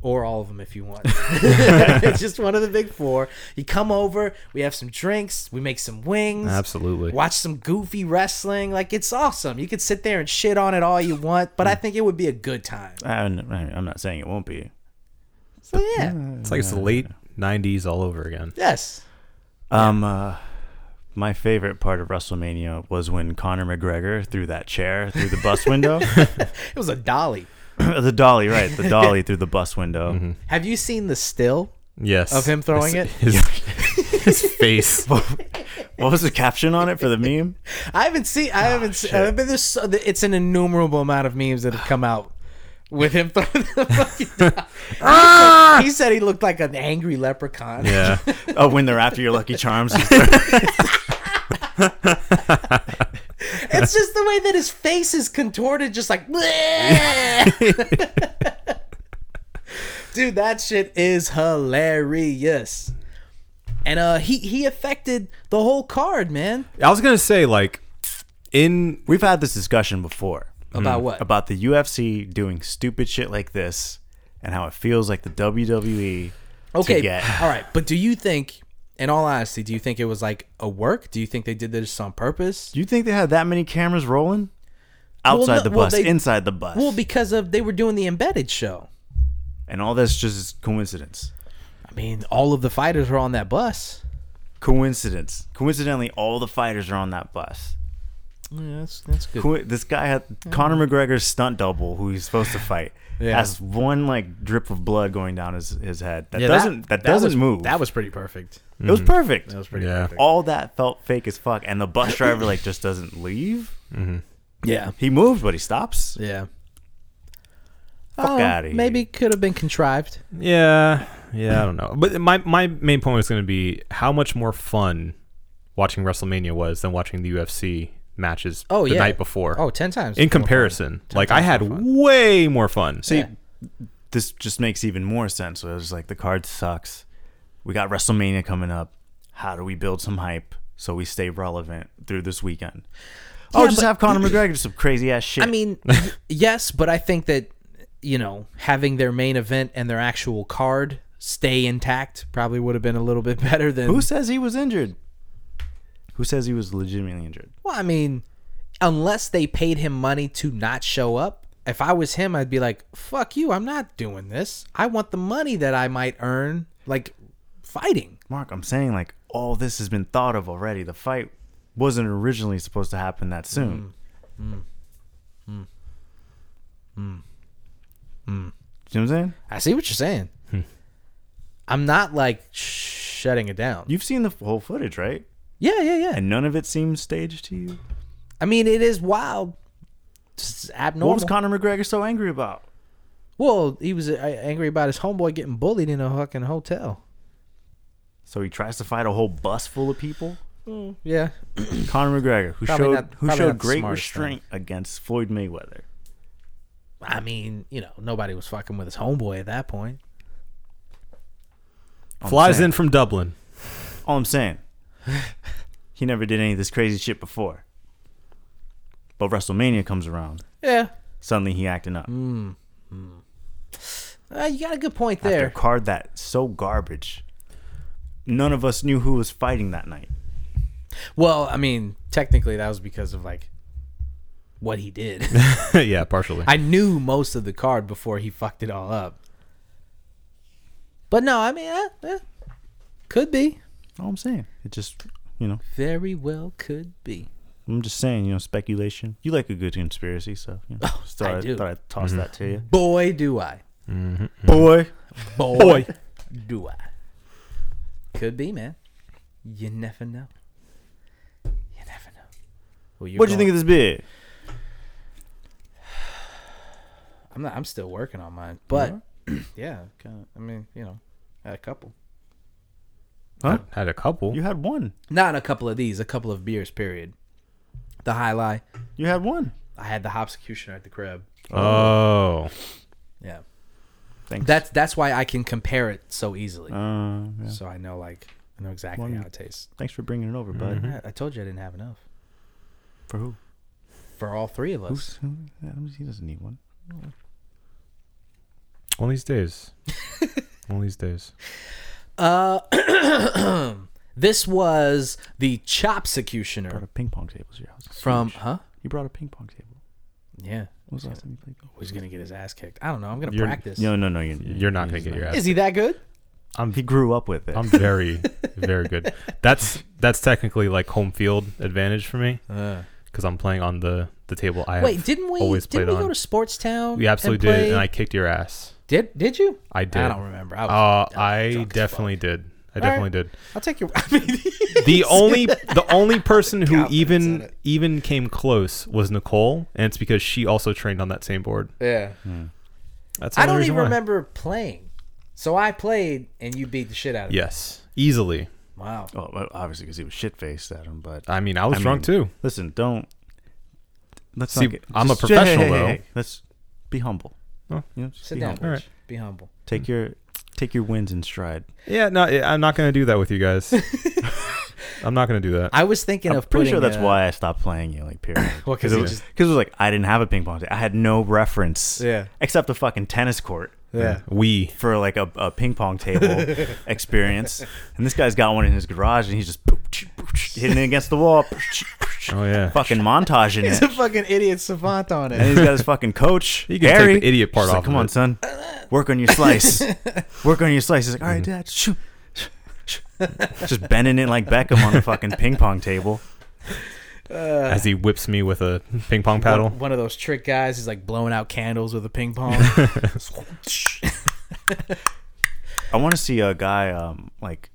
A: or all of them if you want. it's just one of the big four. You come over, we have some drinks, we make some wings,
B: Absolutely.
A: watch some goofy wrestling. Like it's awesome. You could sit there and shit on it all you want, but I think it would be a good time.
C: I'm I'm not saying it won't be.
A: So yeah,
B: It's like it's the late '90s all over again.
A: yes,
C: Um, uh, my favorite part of WrestleMania was when Conor McGregor threw that chair through the bus window.
A: it was a dolly.
C: the dolly, right? The dolly through the bus window.
A: Have you seen the still?
B: Yes.
A: Of him throwing
B: His- His, his face.
C: What was the caption on it for the meme?
A: I haven't seen. I haven't. seen, I mean, there's. so- uh, It's an innumerable amount of memes that have come out with him throwing the fucking dolly. He said he looked like an angry leprechaun.
B: yeah.
C: Oh, when they're after your Lucky Charms.
A: It's just the way that his face is contorted, just like. "Bleh." Dude, that shit is hilarious. And uh, he he affected the whole card, man.
B: I was gonna say like in
C: We've had this discussion before
A: About what?
C: about the UFC doing stupid shit like this and how it feels like the E. WWE.
A: okay,
C: get.
A: all right. But do you think, in all honesty, do you think it was like a work? Do you think they did this on purpose?
C: Do you think they had that many cameras rolling? Outside
A: no-
C: the bus,
A: well, they-
C: inside the bus.
A: Well, because of they were doing the embedded show.
C: and all that's just coincidence.
A: I mean, all of the fighters were on that bus.
C: Coincidence. Coincidentally, all the fighters are on that bus.
A: Yeah, that's that's good.
C: Coin- This guy had Conor McGregor's stunt double, who he's supposed to fight,
A: Mm-hmm. Yeah.
C: has one like drip of blood going down his, his head. That
A: Yeah,
C: doesn't that, doesn't
A: was-
C: move.
A: That was pretty perfect.
C: it was perfect.
A: That was pretty
B: Yeah.
A: perfect.
C: all that felt fake as fuck, and the bus driver like just doesn't leave.
A: Yeah,
C: He moves, but he stops.
A: yeah.
C: Fuck
A: Oh,
C: outta here.
A: Maybe it could have been contrived.
B: yeah yeah I don't know. But my my main point was gonna be how much more fun watching WrestleMania was than watching the UFC matches
A: Oh,
B: the
A: yeah.
B: night before.
A: Oh, 10 times.
B: in
A: more fun.
B: comparison, like I had way more fun.
C: See,
A: Yeah.
C: this just makes even more sense. So it was like the card sucks. We got WrestleMania coming up. How do we build some hype so we stay relevant through this weekend? oh,
A: Yeah,
C: just
A: but-
C: have Conor McGregor do some crazy ass shit.
A: I mean, y- yes, but I think that you know having their main event and their actual card stay intact probably would have been a little bit better than
C: who says he was injured? Who says he was legitimately injured?
A: Well, I mean, unless they paid him money to not show up, if I was him, I'd be like, fuck you, I'm not doing this. I want the money that I might earn, like fighting.
C: Mark, I'm saying like all this has been thought of already. The fight wasn't originally supposed to happen that soon.
A: Mm. Mm.
C: See what I'm saying?
A: I see what you're saying.
C: Hmm.
A: I'm not like sh- shutting it down.
C: You've seen the whole footage, right?
A: yeah, yeah, yeah.
C: And none of it seems staged to you.
A: I mean, it is wild. It's abnormal.
C: What was Conor McGregor so angry about?
A: well, he was uh, angry about his homeboy getting bullied in a fucking hotel.
C: So he tries to fight a whole bus full of people.
A: Yeah.
C: Conor McGregor, who
A: Probably
C: showed
A: not- probably
C: who
A: not
C: showed
A: the
C: great
A: smartest thing.
C: restraint against Floyd Mayweather.
A: I mean, you know, nobody was fucking with his homeboy at that point.
B: Flies
C: saying.
B: in from Dublin.
C: All I'm saying, he never did any of this crazy shit before. But WrestleMania comes around.
A: Yeah.
C: Suddenly he acting up.
A: Mm, Uh, you got a good point
C: After
A: there.
C: a card that so garbage. None of us knew who was fighting that night.
A: Well, I mean, technically that was because of like what he did.
B: yeah, partially.
A: I knew most of the card before he fucked it all up. But no, I mean, eh, eh, could be.
C: All I'm saying, it just you know,
A: Very well could be.
C: I'm just saying, you know, speculation. You like a good conspiracy, so you know, just thought
A: Oh, I do.
C: thought I'd toss that to you,
A: Boy, do I.
B: Mm-hmm.
C: boy.
A: Boy, do I. Could be, man. You never know. You never know. Well, you're
C: What do
A: going-
C: you think of this bid?
A: I'm not. I'm still working on mine, but yeah. Kinda, I mean, you know, had a couple.
C: Huh?
B: had a couple.
C: You had one.
A: Not a couple of these, a couple of beers, period. The High Lie.
C: You had one.
A: I had the Hopsecutioner at the crib.
B: Oh.
A: Yeah.
C: Thanks.
A: That's that's why I can compare it so easily.
C: Uh, yeah.
A: So I know like I know exactly how it tastes.
C: Thanks for bringing it over, bud.
B: Mm-hmm.
A: I, I told you I didn't have enough.
C: For who?
A: For all three of us.
C: Who's, who? yeah, I'm just- he doesn't need one.
B: One of these days. One of these days.
A: Uh, this was the Chopsecutioner
C: Brought a ping pong table to your house.
A: from, huh?
C: you brought a ping pong table.
A: Yeah.
C: When was the last time you played? ping pong?
A: He's gonna get his ass kicked. I don't know. I'm gonna
B: You're-
A: practice.
C: No, no, no. You're,
B: You're not gonna get your ass.
A: Is he that good?
C: He grew up with it.
B: I'm very, very good. That's that's technically like home field advantage for me because I'm playing on the the table I
A: Wait,
B: have
A: didn't we?
B: Uh, always
A: Didn't
B: played
A: we go
B: on.
A: to Sports Town?
B: we absolutely
A: and
B: did,
A: play?
B: and I kicked your ass.
A: did. Did you?
B: I did.
A: I don't remember. I was,
B: Uh,
A: was
B: I
A: drunk as
B: definitely did. I
A: All right.
B: definitely did.
A: I'll take your. I mean,
B: The only the only person who
A: Confidence in
B: even
A: it.
B: even came close was Nicole, and it's because she also trained on that same board.
A: yeah.
B: That's the
A: I
B: only
A: don't
B: reason
A: even
B: why.
A: remember playing. So I played, and you beat the shit out of me.
B: Yes, easily.
A: Wow.
C: Well, well, obviously, because he was shit faced at him. But
B: I mean, I was
C: I
B: drunk
C: mean,
B: too.
C: Listen, don't. Let's
B: See,
C: not get,
B: I'm a
C: just-
B: professional, though.
C: Let's be humble.
B: Huh?
C: You know, just
A: Sit
C: be
A: down,
C: humble.
A: bitch.
B: All right.
A: Be humble.
C: Take your take your wins in stride.
B: Yeah, no, I- I'm not gonna do that with you guys. I'm not gonna do that.
A: I was thinking
C: I'm
A: of
C: pretty sure
A: putting,
C: that's
A: uh,
C: why I stopped playing you, like period.
A: Well, 'cause
C: it
A: you
C: was
A: just-
C: because it was like I didn't have a ping pong. table. I had no reference.
A: Yeah.
C: Except a fucking tennis court
A: Yeah.
B: We
C: for like a, a ping pong table experience, and this guy's got one in his garage, and he's just boop, ch- boop, ch- hitting it against the wall. boop, ch- boop, ch-
B: Oh, yeah.
C: Fucking montage in
A: He's
C: it.
A: a fucking idiot savant on
C: And
A: it.
C: he's got his fucking coach.
B: You can take
C: Harry.
B: the idiot part
C: She's like,
B: off
C: Come
B: of
C: on,
B: it."
C: son. Work on your slice. Work on your slice. He's like, all right,
B: Mm-hmm.
C: dad. Shoo, shoo, shoo." Just bending it like Beckham on the fucking ping pong table.
B: as he whips me with a ping pong paddle.
A: One, one of those trick guys. He's like blowing out candles with a ping pong.
C: I want to see a guy um like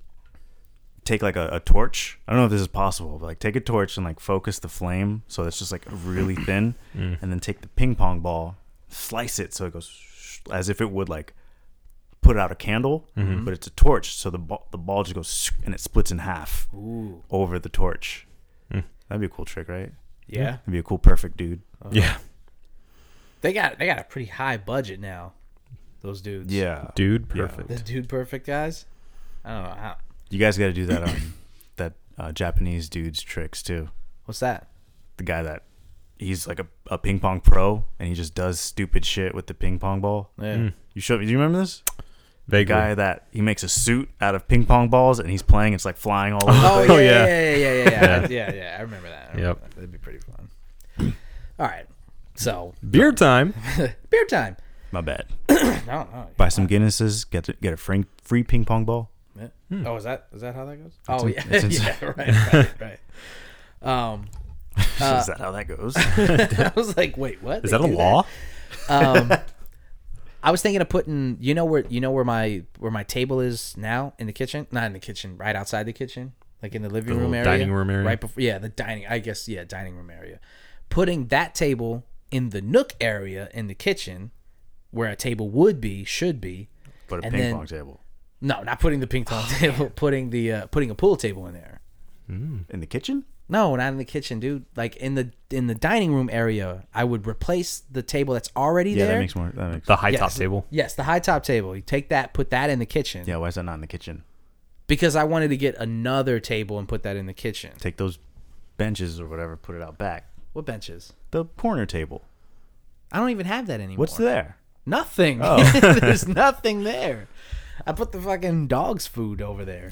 C: take like a, a torch. I don't know if this is possible, but like take a torch and like focus the flame so it's just like really thin, and then take the ping pong ball, slice it so it goes sh- as if it would like put out a candle, but it's a torch, so the ball the ball just goes sh- and it splits in half
A: Ooh.
C: over the torch. That'd be a cool trick, right?
A: Yeah.
C: That'd be a cool, perfect dude.
B: yeah,
A: They got they got a pretty high budget now. Those dudes.
C: Yeah, dude,
B: dude,
C: Yeah.
B: perfect.
A: The dude perfect guys. I don't know how.
C: you guys got to do that um that uh, Japanese dude's tricks too.
A: What's that?
C: the guy that he's like a, a ping pong pro and he just does stupid shit with the ping pong ball.
A: Yeah.
B: Mm.
C: You show do you remember this? The
B: Vaguely.
C: guy that he makes a suit out of ping pong balls and he's playing, it's like flying all over.
A: Oh,
B: Oh,
A: yeah, yeah,
B: yeah.
A: yeah, yeah, yeah, yeah, yeah, yeah. I remember that. I remember
B: Yep.
A: that. That'd be pretty fun. All right. So
B: Beer time.
A: beer time.
C: My bad.
A: No, no.
C: Buy some Guinnesses, get to, get a free, free ping pong ball.
A: Yeah. Oh, is that is that how that goes? oh
C: in-
A: yeah,
C: it's
A: yeah, right, right, right. Um,
C: Is that how that goes?
A: I was like, wait, what?
B: Is
A: They
B: that a
A: do
B: law?
A: Um, I was thinking of putting, you know where you know where my where my table is now in the kitchen, not in the kitchen, right outside the kitchen, like in the living room
B: little
A: area,
B: dining room area?
A: right before, yeah, the dining, I guess, yeah, dining room area. Putting that table in the nook area in the kitchen, where a table would be, should be.
C: But a
A: And
C: ping
A: then-
C: pong table
A: No, not putting the ping pong
B: Oh,
A: table, putting the uh, putting a pool table in there.
C: in the kitchen.
A: No, not in the kitchen, dude. Like in the in the dining room area, I would replace the table that's already
C: Yeah,
A: there.
C: that makes more. That makes.
B: The high top
A: Yes.
B: table.
A: Yes, the high top table. You take that, put that in the kitchen.
C: yeah, why is that not in the kitchen?
A: Because I wanted to get another table and put that in the kitchen.
C: Take those benches or whatever, put it out back.
A: What benches?
C: The corner table.
A: I don't even have that anymore.
C: What's there?
A: Nothing. There's nothing there. I put the fucking dog's food over there.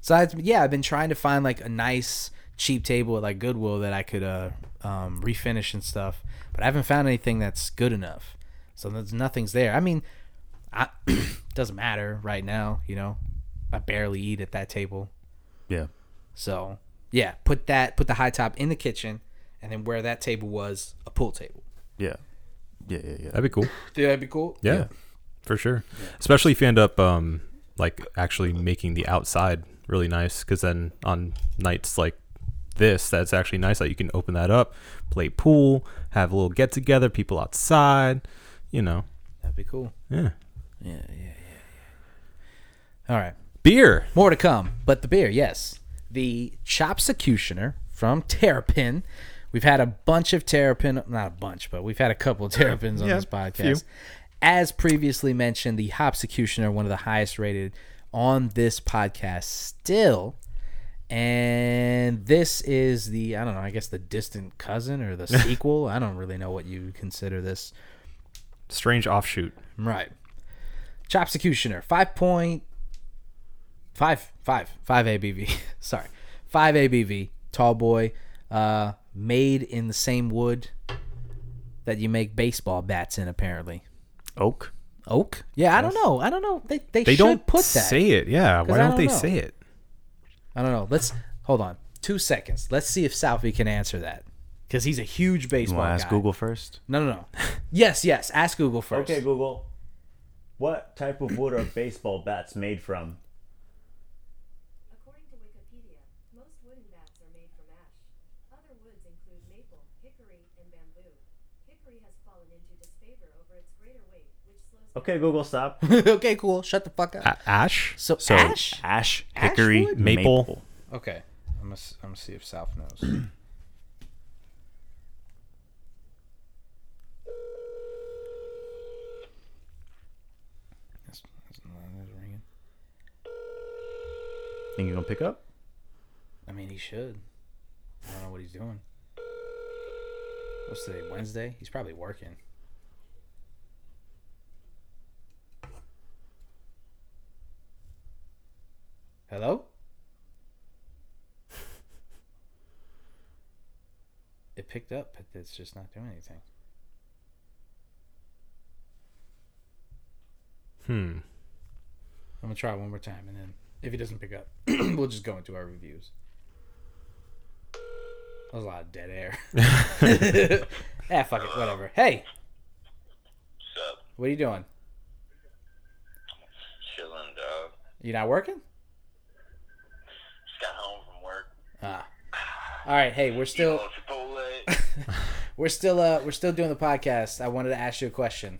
A: so I, yeah, I've been trying to find like a nice cheap table at like Goodwill that I could uh, um, refinish and stuff, but I haven't found anything that's good enough. So there's nothing's there. I mean, I doesn't matter right now. You know, I barely eat at that table.
C: Yeah.
A: So yeah, put that put the high top in the kitchen, and then where that table was, a pool table.
C: Yeah. Yeah. Yeah. Yeah.
B: That'd be cool.
A: Yeah, that'd be cool.
B: Yeah, for sure. Especially if you end up um, like actually making the outside really nice, because then on nights like this, that's actually nice that you can open that up, play pool, have a little get together, people outside. You know,
A: That'd be cool.
B: yeah,
A: Yeah, yeah, yeah, yeah. All right.
B: beer.
A: More to come, but the beer, yes. The Chopsecutioner from Terrapin. We've had a bunch of Terrapin, not a bunch, but we've had a couple of Terrapins on this podcast. As previously mentioned, the Hopsecutioner, one of the highest rated on this podcast still. And this is the, I don't know, I guess the distant cousin or the sequel. I don't really know what you consider this.
B: strange offshoot.
A: Right. Chopsecutioner, 5 point five five five ABV. Sorry. 5 ABV, tall boy, uh made in the same wood that you make baseball bats in apparently.
C: Oak.
A: Oak? Yeah, I don't know. I don't know. They they,
B: They
A: should
B: don't
A: put that.
B: say it. Yeah, why
A: I
B: don't,
A: don't
B: they
A: know.
B: say it?
A: I don't know. Let's hold on. 2 seconds. Let's see if Southie can answer that cuz he's a huge
C: You
A: baseball
C: want to ask
A: guy.
C: Google first?
A: No, no, no. yes, yes. Ask Google first.
E: Okay, Google. What type of wood are baseball bats made from?
F: According to Wikipedia, most wooden bats are made from ash. Other woods include maple, hickory, and bamboo. Hickory has fallen into disfavor over its greater weight, which slows down
E: Okay, Google, stop.
A: okay, cool. Shut the fuck up.
B: A- ash?
A: So,
C: So
A: ash?
C: ash, hickory,
A: wood?
B: Maple.
C: maple.
A: Okay. I'm gonna, I'm gonna see if South knows.
C: Think you're gonna pick up?
A: I mean, he should. I don't know what he's doing. What's today? Wednesday? He's probably working. Hello? It picked up, but it's just not doing anything.
B: Hmm.
A: I'm gonna try one more time, and then if he doesn't pick up, we'll just go into our reviews. That was a lot of dead air. ah, fuck it, whatever. Hey,
G: Sup,
A: what are you doing?
G: chillin' dog.
A: You not working?
G: Just got home from work.
A: Ah. All right. Hey, we're
G: You
A: still
G: want Chipotle?
A: we're still uh we're still doing the podcast. I wanted to ask you a question.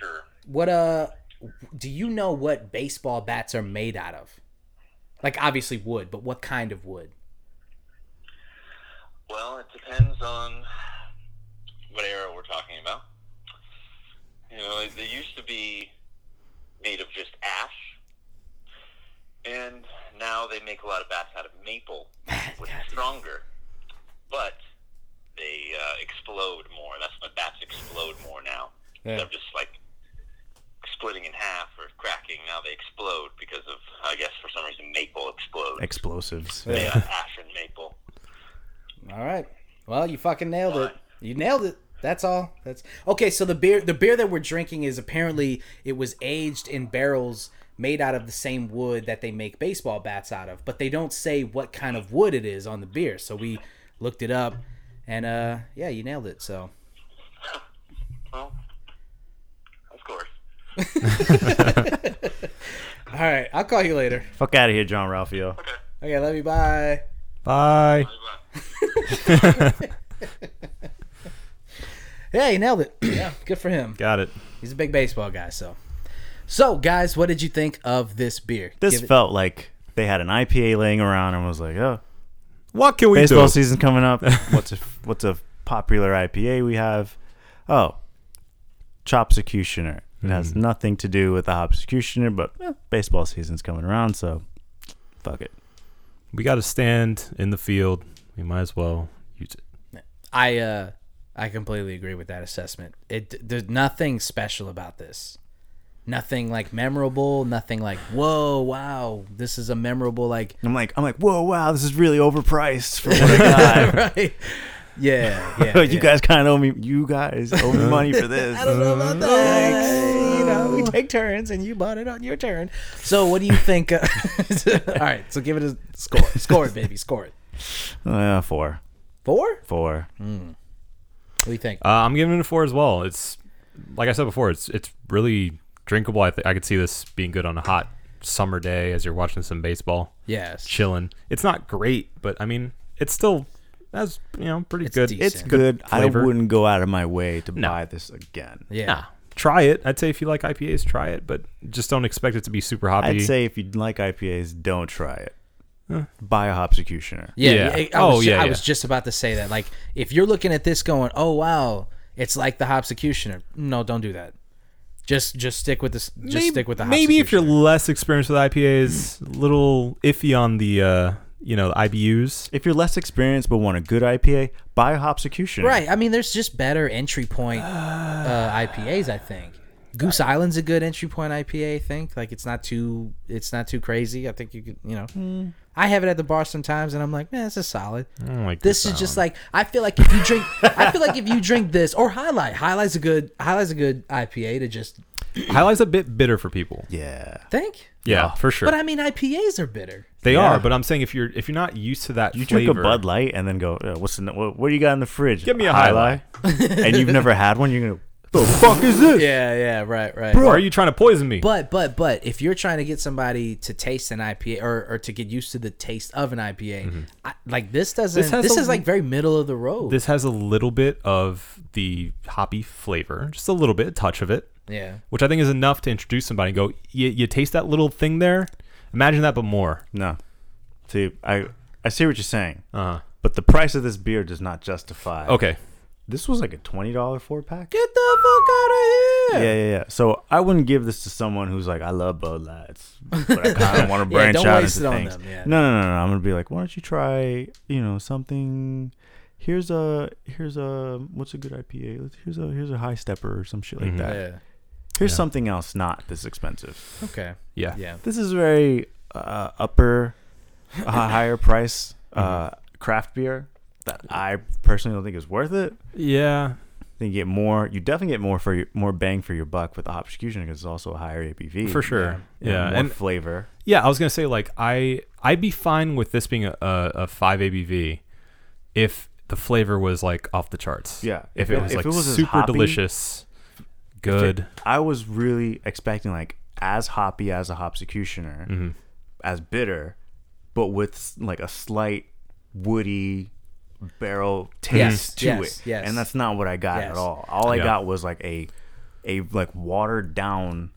G: sure.
A: What uh do you know what baseball bats are made out of? Like obviously wood, but what kind of wood?
G: Well, it depends on what era we're talking about. You know, they used to be made of just ash, and now they make a lot of bats out of maple, which is stronger, but they uh, explode more. That's why bats explode more now. Instead of just like splitting in half or cracking, now they explode because of, I guess, for some reason, maple explodes.
C: Explosives.
G: yeah, ash and maple.
A: All right. Well, you fucking nailed it. You nailed it. That's all. That's okay. So the beer, the beer that we're drinking is apparently it was aged in barrels made out of the same wood that they make baseball bats out of, but they don't say what kind of wood it is on the beer. So we looked it up, and uh, yeah, you nailed it. So
G: Well, of course.
A: all right, I'll call you later.
C: Fuck out of here, John Ralphio.
A: Okay, love you. Bye.
B: Bye.
A: Yeah, he nailed it. yeah, good for him.
B: Got it.
A: He's a big baseball guy. So, so guys, what did you think of this beer?
C: This
A: Give it-
C: felt like they had an IPA laying around and was like, oh,
B: What can we
C: baseball
B: do?
C: season coming up. what's a what's a popular IPA we have? Oh, Chopsecutioner. It
A: Hmm.
C: has nothing to do with the Hopsecutioner, but eh, baseball season's coming around, so fuck it.
B: We got to stand in the field. We might as well use it.
A: I uh I completely agree with that assessment. It there's nothing special about this. Nothing like memorable, nothing like whoa, wow, this is a memorable like
C: I'm like, I'm like, whoa, wow, this is really overpriced for what I got.
A: right. Yeah, yeah.
C: you guys kind of owe me. You guys owe me money for this.
A: I don't know about that. You know, we take turns and you bought it on your turn. So what do you think uh, All right, so give it a score. Score it, baby, score it.
C: Uh, four,
A: 4? What
C: four.
A: do you think?
B: Uh, I'm giving it a four as well. It's like I said before. It's it's really drinkable. I th- I could see this being good on a hot summer day as you're watching some baseball,
A: yes.
B: chilling. It's not great, but I mean, it's still that's you know pretty
A: It's
B: good.
A: decent.
C: It's good. I
B: flavor.
C: wouldn't go out of my way to buy this again.
A: Yeah.
B: Nah, try it. I'd say if you like IPAs, try it, but just don't expect it to be super hoppy.
C: I'd say if you like IPAs, don't try it. Buy a Hopsecutioner.
A: Yeah.
B: Yeah.
A: I, I was
B: Oh,
A: ju-
B: yeah,
A: I
B: yeah.
A: was just about to say that. Like, if you're looking at this going, oh, wow, it's like the Hopsecutioner. No, don't do that. Just just stick with this. Just
B: maybe,
A: stick with the
B: maybe if you're
A: Hopsecutioner.
B: less experienced with IPAs, a little iffy on the uh, you know, the IBUs.
C: If you're less experienced but want a good IPA, buy Hopsecution.
A: Right. I mean, there's just better entry point uh, IPAs. I think Goose Island's a good entry point IPA. I think like it's not too it's not too crazy. I think you could you know. I have it at the bar sometimes, and I'm like, man, this is solid.
B: Hmm. I don't like
A: This is just like I feel like if you drink, I feel like if you drink this or Highlight, Highlight's a good Highlight's a good IPA to just
B: highlights a bit bitter for people.
C: Yeah.
A: think.
B: Yeah, for sure.
A: But I mean, IPAs are bitter.
B: they
C: Yeah.
B: are, but I'm saying if you're if you're not used to that
C: You
B: flavor,
C: drink a Bud Light and then go, "Uh, what's in the, what, what do you got in the fridge?
B: Give me a
C: High
B: High Life.
C: Life. and you've never had one, you're going to, the fuck is this?
A: Yeah, yeah, right, right.
B: Bro, are you trying to poison me?
A: But but but if you're trying to get somebody to taste an IPA or, or to get used to the taste of an IPA, I, like this doesn't.
B: This
A: This,
B: has a-
A: is like very middle of the road.
B: this has a little bit of the hoppy flavor, just a little bit, a touch of it,
A: yeah,
B: which I think is enough to introduce somebody and go, you, you taste that little thing there? Imagine that, but more.
C: No. See, I, I see what you're saying,
A: Uh-huh.
B: Uh,
C: but the price of this beer does not justify.
B: okay.
C: This was like a $20 four pack.
A: get the fuck out of
C: Yeah,
A: here.
C: yeah, yeah. So I wouldn't give this to someone who's like, I love Bud Lights, but I kind of want to branch
A: don't
C: out
A: waste
C: into
A: it on
C: things.
A: them, yeah.
C: No, no, no, no. I'm gonna be like, why don't you try, you know, something? Here's a here's a what's a good IPA? Let's- Here's a here's a high stepper or some shit
A: Mm-hmm.
C: like that. Here's something else not this expensive.
A: Okay.
B: Yeah.
A: Yeah.
C: This is very uh, upper, uh, higher price uh,
B: Mm-hmm.
C: craft beer that I personally don't think is worth it.
B: Yeah.
C: Then you get more. You definitely get more for your, more bang for your buck with the Hopsecution because it's also a higher ABV
B: For sure. Yeah.
C: yeah, more
B: And
C: flavor.
B: yeah, I was going to say, like, I, I'd be fine with this being a, a, a 5 ABV if the flavor was, like, off the charts.
C: Yeah.
B: If,
C: If
B: it
C: it-
B: was,
C: if
B: like,
C: it was as
B: super
C: hoppy-
B: delicious, good.
C: I was really expecting like as hoppy as a Hopsecutioner,
A: Mm-hmm.
C: as bitter, but with s- like a slight woody barrel
A: Yes,
C: taste to
A: yes,
C: it.
A: yes.
C: And that's not what I got
A: Yes.
C: at all. All I
B: Yeah.
C: got was like a a like watered down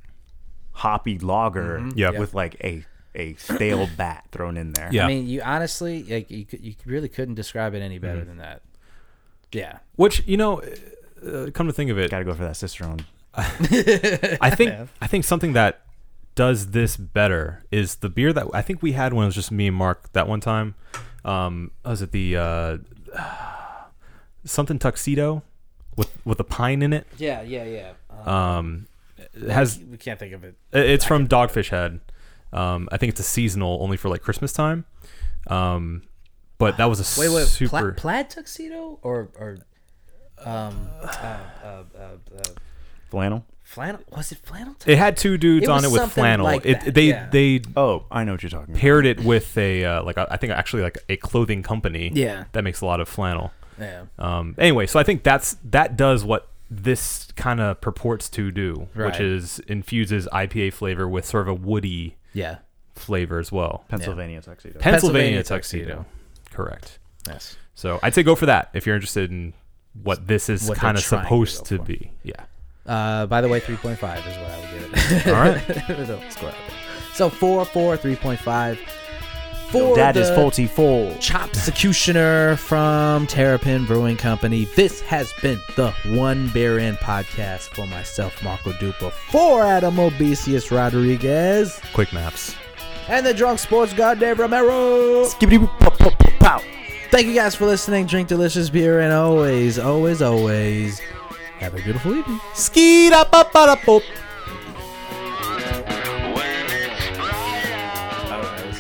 C: hoppy lager
B: Yep.
C: with like a a stale bat thrown in there.
B: Yeah.
A: I mean, you honestly, like, you, could- you really couldn't describe it any better than that. Yeah.
B: Which, you know, uh, come to think of it,
C: Gotta go for that Cicerone.
B: I think I think something that does this better is the beer that I think we had when it was just me and Mark that one time. Um, was it the uh, something tuxedo with with a pine in it?
A: Yeah. Yeah. Yeah. Uh,
B: Um, it has
A: we can't think of it.
B: it's from Dogfish Head. Um, I think it's a seasonal only for like Christmas time. Um, but that was a
A: Wait, wait.
B: super
A: Pla- plaid tuxedo or or um uh, uh, uh, uh,
C: Flannel?
A: flannel? Was it flannel? Tuxedo?
B: it had two dudes
A: It
B: on
A: was
B: it with
A: something
B: flannel.
A: like
B: it,
A: that,
B: they
A: yeah.
B: they
C: Oh, I know what you're talking about.
B: paired it with a uh, like a, I think actually like a clothing company.
A: Yeah.
B: that makes a lot of flannel.
A: Yeah.
B: Um, anyway, so I think that's that does what this kind of purports to do,
A: Right.
B: which is infuses IPA flavor with sort of a woody
A: Yeah.
B: flavor as well.
C: Pennsylvania tuxedo.
B: Pennsylvania,
A: Pennsylvania tuxedo.
B: tuxedo. correct.
A: Yes.
B: So I'd say go for that if you're interested in what this is
A: What they're
B: kind of
A: trying to
B: supposed
A: go
B: to,
A: for.
B: be. Yeah.
A: Uh, by the way, 3.5 is what I would give it.
B: All right.
A: So, let's go out there. So 4, 4, 3.5. For
C: That
A: the
C: is faulty fold.
A: Chop Executioner from Terrapin Brewing Company. This has been the One Beer In podcast for myself, Marco Dupa, for Adam Obesius Rodriguez,
B: Quick maps.
A: and the drunk sports god Dave Romero. Thank you guys for listening. Drink delicious beer, and always, always, always have a beautiful evening.
D: When it's bright out.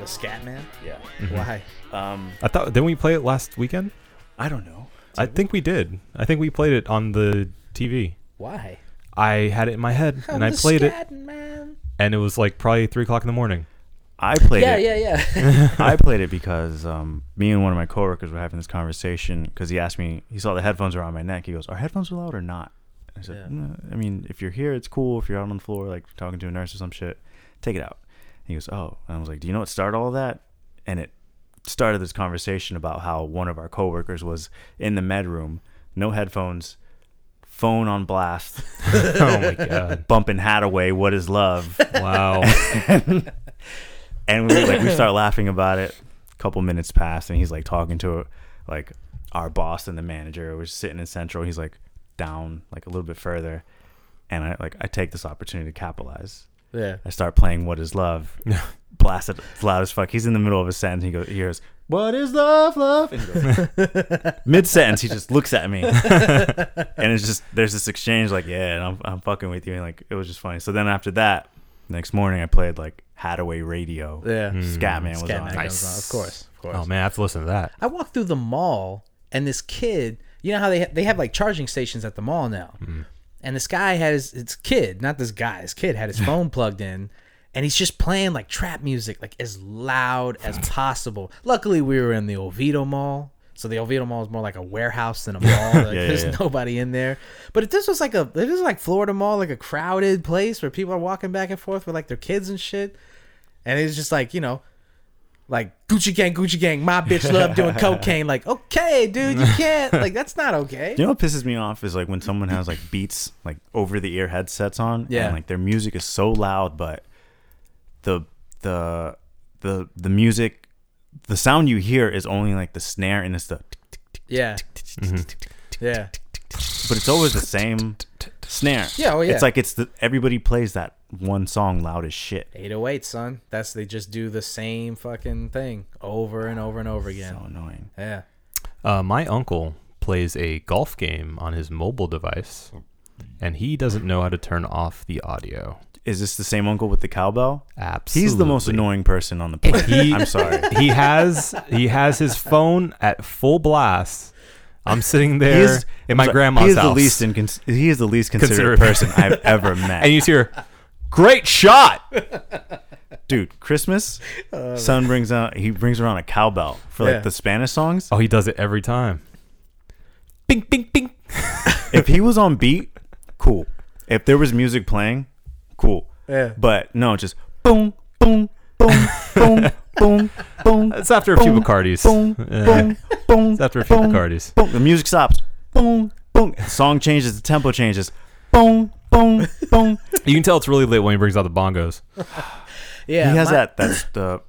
A: The Scat Man?
C: Yeah.
A: Why?
C: Um,
B: I thought didn't we play it last weekend?
C: I don't know.
B: I think we did. I think we played it on the TV.
A: Why?
B: I had it in my head and I played it,
A: Man.
B: and it was like probably three o'clock in the morning.
C: I played
A: Yeah,
C: it.
A: yeah, yeah.
C: I played it because um, me and one of my coworkers were having this conversation because he asked me. He saw the headphones around my neck. He goes, "Are headphones allowed or not?" I said, "No, "I mean, if you're here, it's cool. If you're out on the floor, like talking to a nurse or some shit, take it out." He goes, "Oh," and I was like, "Do you know what started all that?" And it started this conversation about how one of our coworkers was in the med room, no headphones, phone on blast,
B: oh my god!
C: bumping Hadaway, "What Is Love."
B: Wow.
C: and we like we start laughing about it. A couple minutes pass, and he's like talking to like our boss and the manager. We're sitting in central. He's like down like a little bit further, and I like I take this opportunity to capitalize.
A: Yeah.
C: I start playing "What Is Love." Blast it it's loud as fuck. He's in the middle of a sentence. He goes, he hears, "What is love, love?" And he goes, mid sentence, he just looks at me, and it's just there's this exchange like, "Yeah, and I'm I'm fucking with you," and like it was just funny. So then after that, next morning I played like Hadaway Radio.
A: Yeah.
C: Scatman was
A: Scatman
C: on.
A: comes
B: Nice.
A: on, Of course. Of course.
B: Oh man, I have to listen to that.
A: I walked through the mall and this kid, you know how they ha- they have like charging stations at the mall now.
C: Mm-hmm.
A: And this guy has it's kid, not this guy. This kid had his phone plugged in and he's just playing like trap music like as loud as possible. Luckily we were in the Oviedo Mall. So the Oviedo Mall is more like a warehouse than a mall. Like,
C: yeah,
A: there's
C: yeah.
A: nobody in there. But if this was like a if this was like Florida Mall, like a crowded place where people are walking back and forth with like their kids and shit. And it's just like, you know, like Gucci Gang, Gucci Gang, my bitch love doing cocaine. Like, okay, dude, you can't. Like, that's not okay.
C: You know what pisses me off is like when someone has like beats like over the ear headsets on
A: Yeah.
C: and like their music is so loud but the the the the music the sound you hear is only like the snare and it's the
A: Yeah, yeah,
C: but it's always the same snare.
A: Yeah, oh, yeah.
C: It's like it's the everybody plays that one song loud as shit.
A: eight oh eight, son. That's they just do the same fucking thing over and over and over again.
C: So annoying.
A: Yeah,
B: Uh, my uncle plays a golf game on his mobile device, and he doesn't know how to turn off the audio.
C: Is this the same uncle with the cowbell?
B: Absolutely,
C: He's the most annoying person on the planet.
B: He-
C: I'm sorry.
B: he has he has his phone at full blast. I'm sitting
C: He
B: there
C: is-
B: in my
C: I'm sorry,
B: grandma's
C: he is
B: house,
C: The least incons- he is the least considerate
B: Considerate.
C: person I've ever met.
B: and you just hear, "Great shot!"
C: dude christmas son brings out he brings around a cowbell for like
A: Oh, Yeah.
C: the spanish songs
B: Oh, he does it every time. Bing, bing, bing.
C: if he was on beat cool if there was music playing cool
A: Yeah.
C: but no just boom boom boom boom boom boom
B: It's after a few
C: boom,
B: Bacardis.
C: boom
B: Yeah.
C: boom boom
B: It's after a few
C: boom,
B: Bacardis.
C: boom the music stops boom boom song changes the tempo changes boom boom boom
B: You can tell it's really late when he brings out the bongos.
A: yeah.
C: he has
A: my-
C: that that's the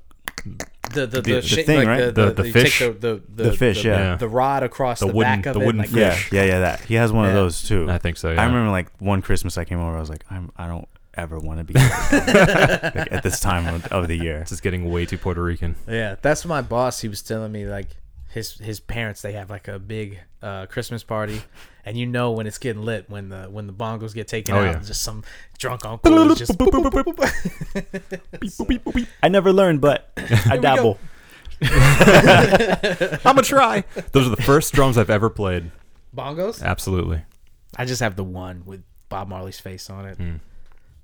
A: the the, the,
C: the
A: shape,
C: thing,
A: like,
C: right?
A: The, the,
B: The- the
A: you take
B: fish.
A: the the,
C: The fish, yeah.
A: the rod across the,
B: The wooden-
A: back of
B: the
A: it.
B: wooden
A: like,
B: fish.
C: Yeah, yeah, yeah. That he has one
A: Yeah.
C: of those too.
B: I think so,
C: I
B: yeah.
C: remember like one Christmas I came over. I was like, I'm I don't ever want to be here again. like, at this time of, of the year.
B: This is getting way too Puerto Rican.
A: Yeah, that's my boss. He was telling me like his his parents they have like a big uh, Christmas party, and you know when it's getting lit when the when the bongos get taken
B: Oh,
A: out,
B: yeah.
A: just some drunk uncle is just boop, boop, boop, boop, boop.
C: I never learned, but I dabble.
B: I'm gonna try. Those are the first drums I've ever played.
A: bongos.
B: Absolutely.
A: I just have the one with Bob Marley's face on it.
B: Hmm.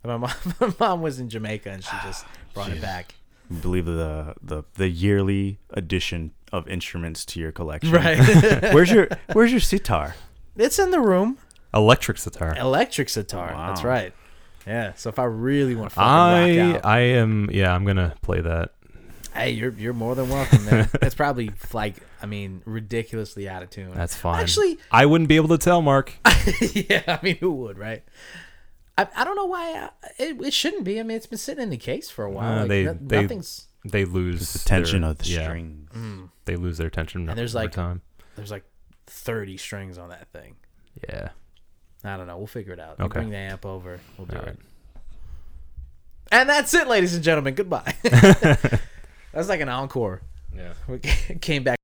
A: And My mom, my mom was in Jamaica and she just brought it back.
C: I believe the the the yearly addition of instruments to your collection.
A: Right,
C: Where's your Where's your sitar?
A: it's in the room.
B: Electric sitar.
A: Electric sitar. That's
C: Wow.
A: right. Yeah. So if I really want to fucking
B: I uh,
A: rock out,
B: I am yeah. I'm gonna play that.
A: Hey, you're you're more than welcome, man. That's probably like I mean, ridiculously out of tune.
B: That's fine.
A: Actually-
B: I wouldn't be able to tell, Mark.
A: yeah, I mean, who would, right? I, I don't know why I, it, it shouldn't be. I mean, it's been sitting in the case for a while.
B: Uh,
A: like,
B: they-
A: no-
B: they-
A: nothing's
B: They lose
C: The tension
B: their-
C: of the
B: yeah,
C: string.
B: They lose their tension.
A: there's,
B: over
A: like-
B: time.
A: there's like 30 strings on that thing.
B: Yeah.
A: I don't know. We'll figure it out. You
B: Okay.
A: Bring the amp over. We'll do
B: All
A: it.
B: right.
A: And that's it, ladies and gentlemen. Goodbye. that's like an encore.
B: Yeah.
A: We came back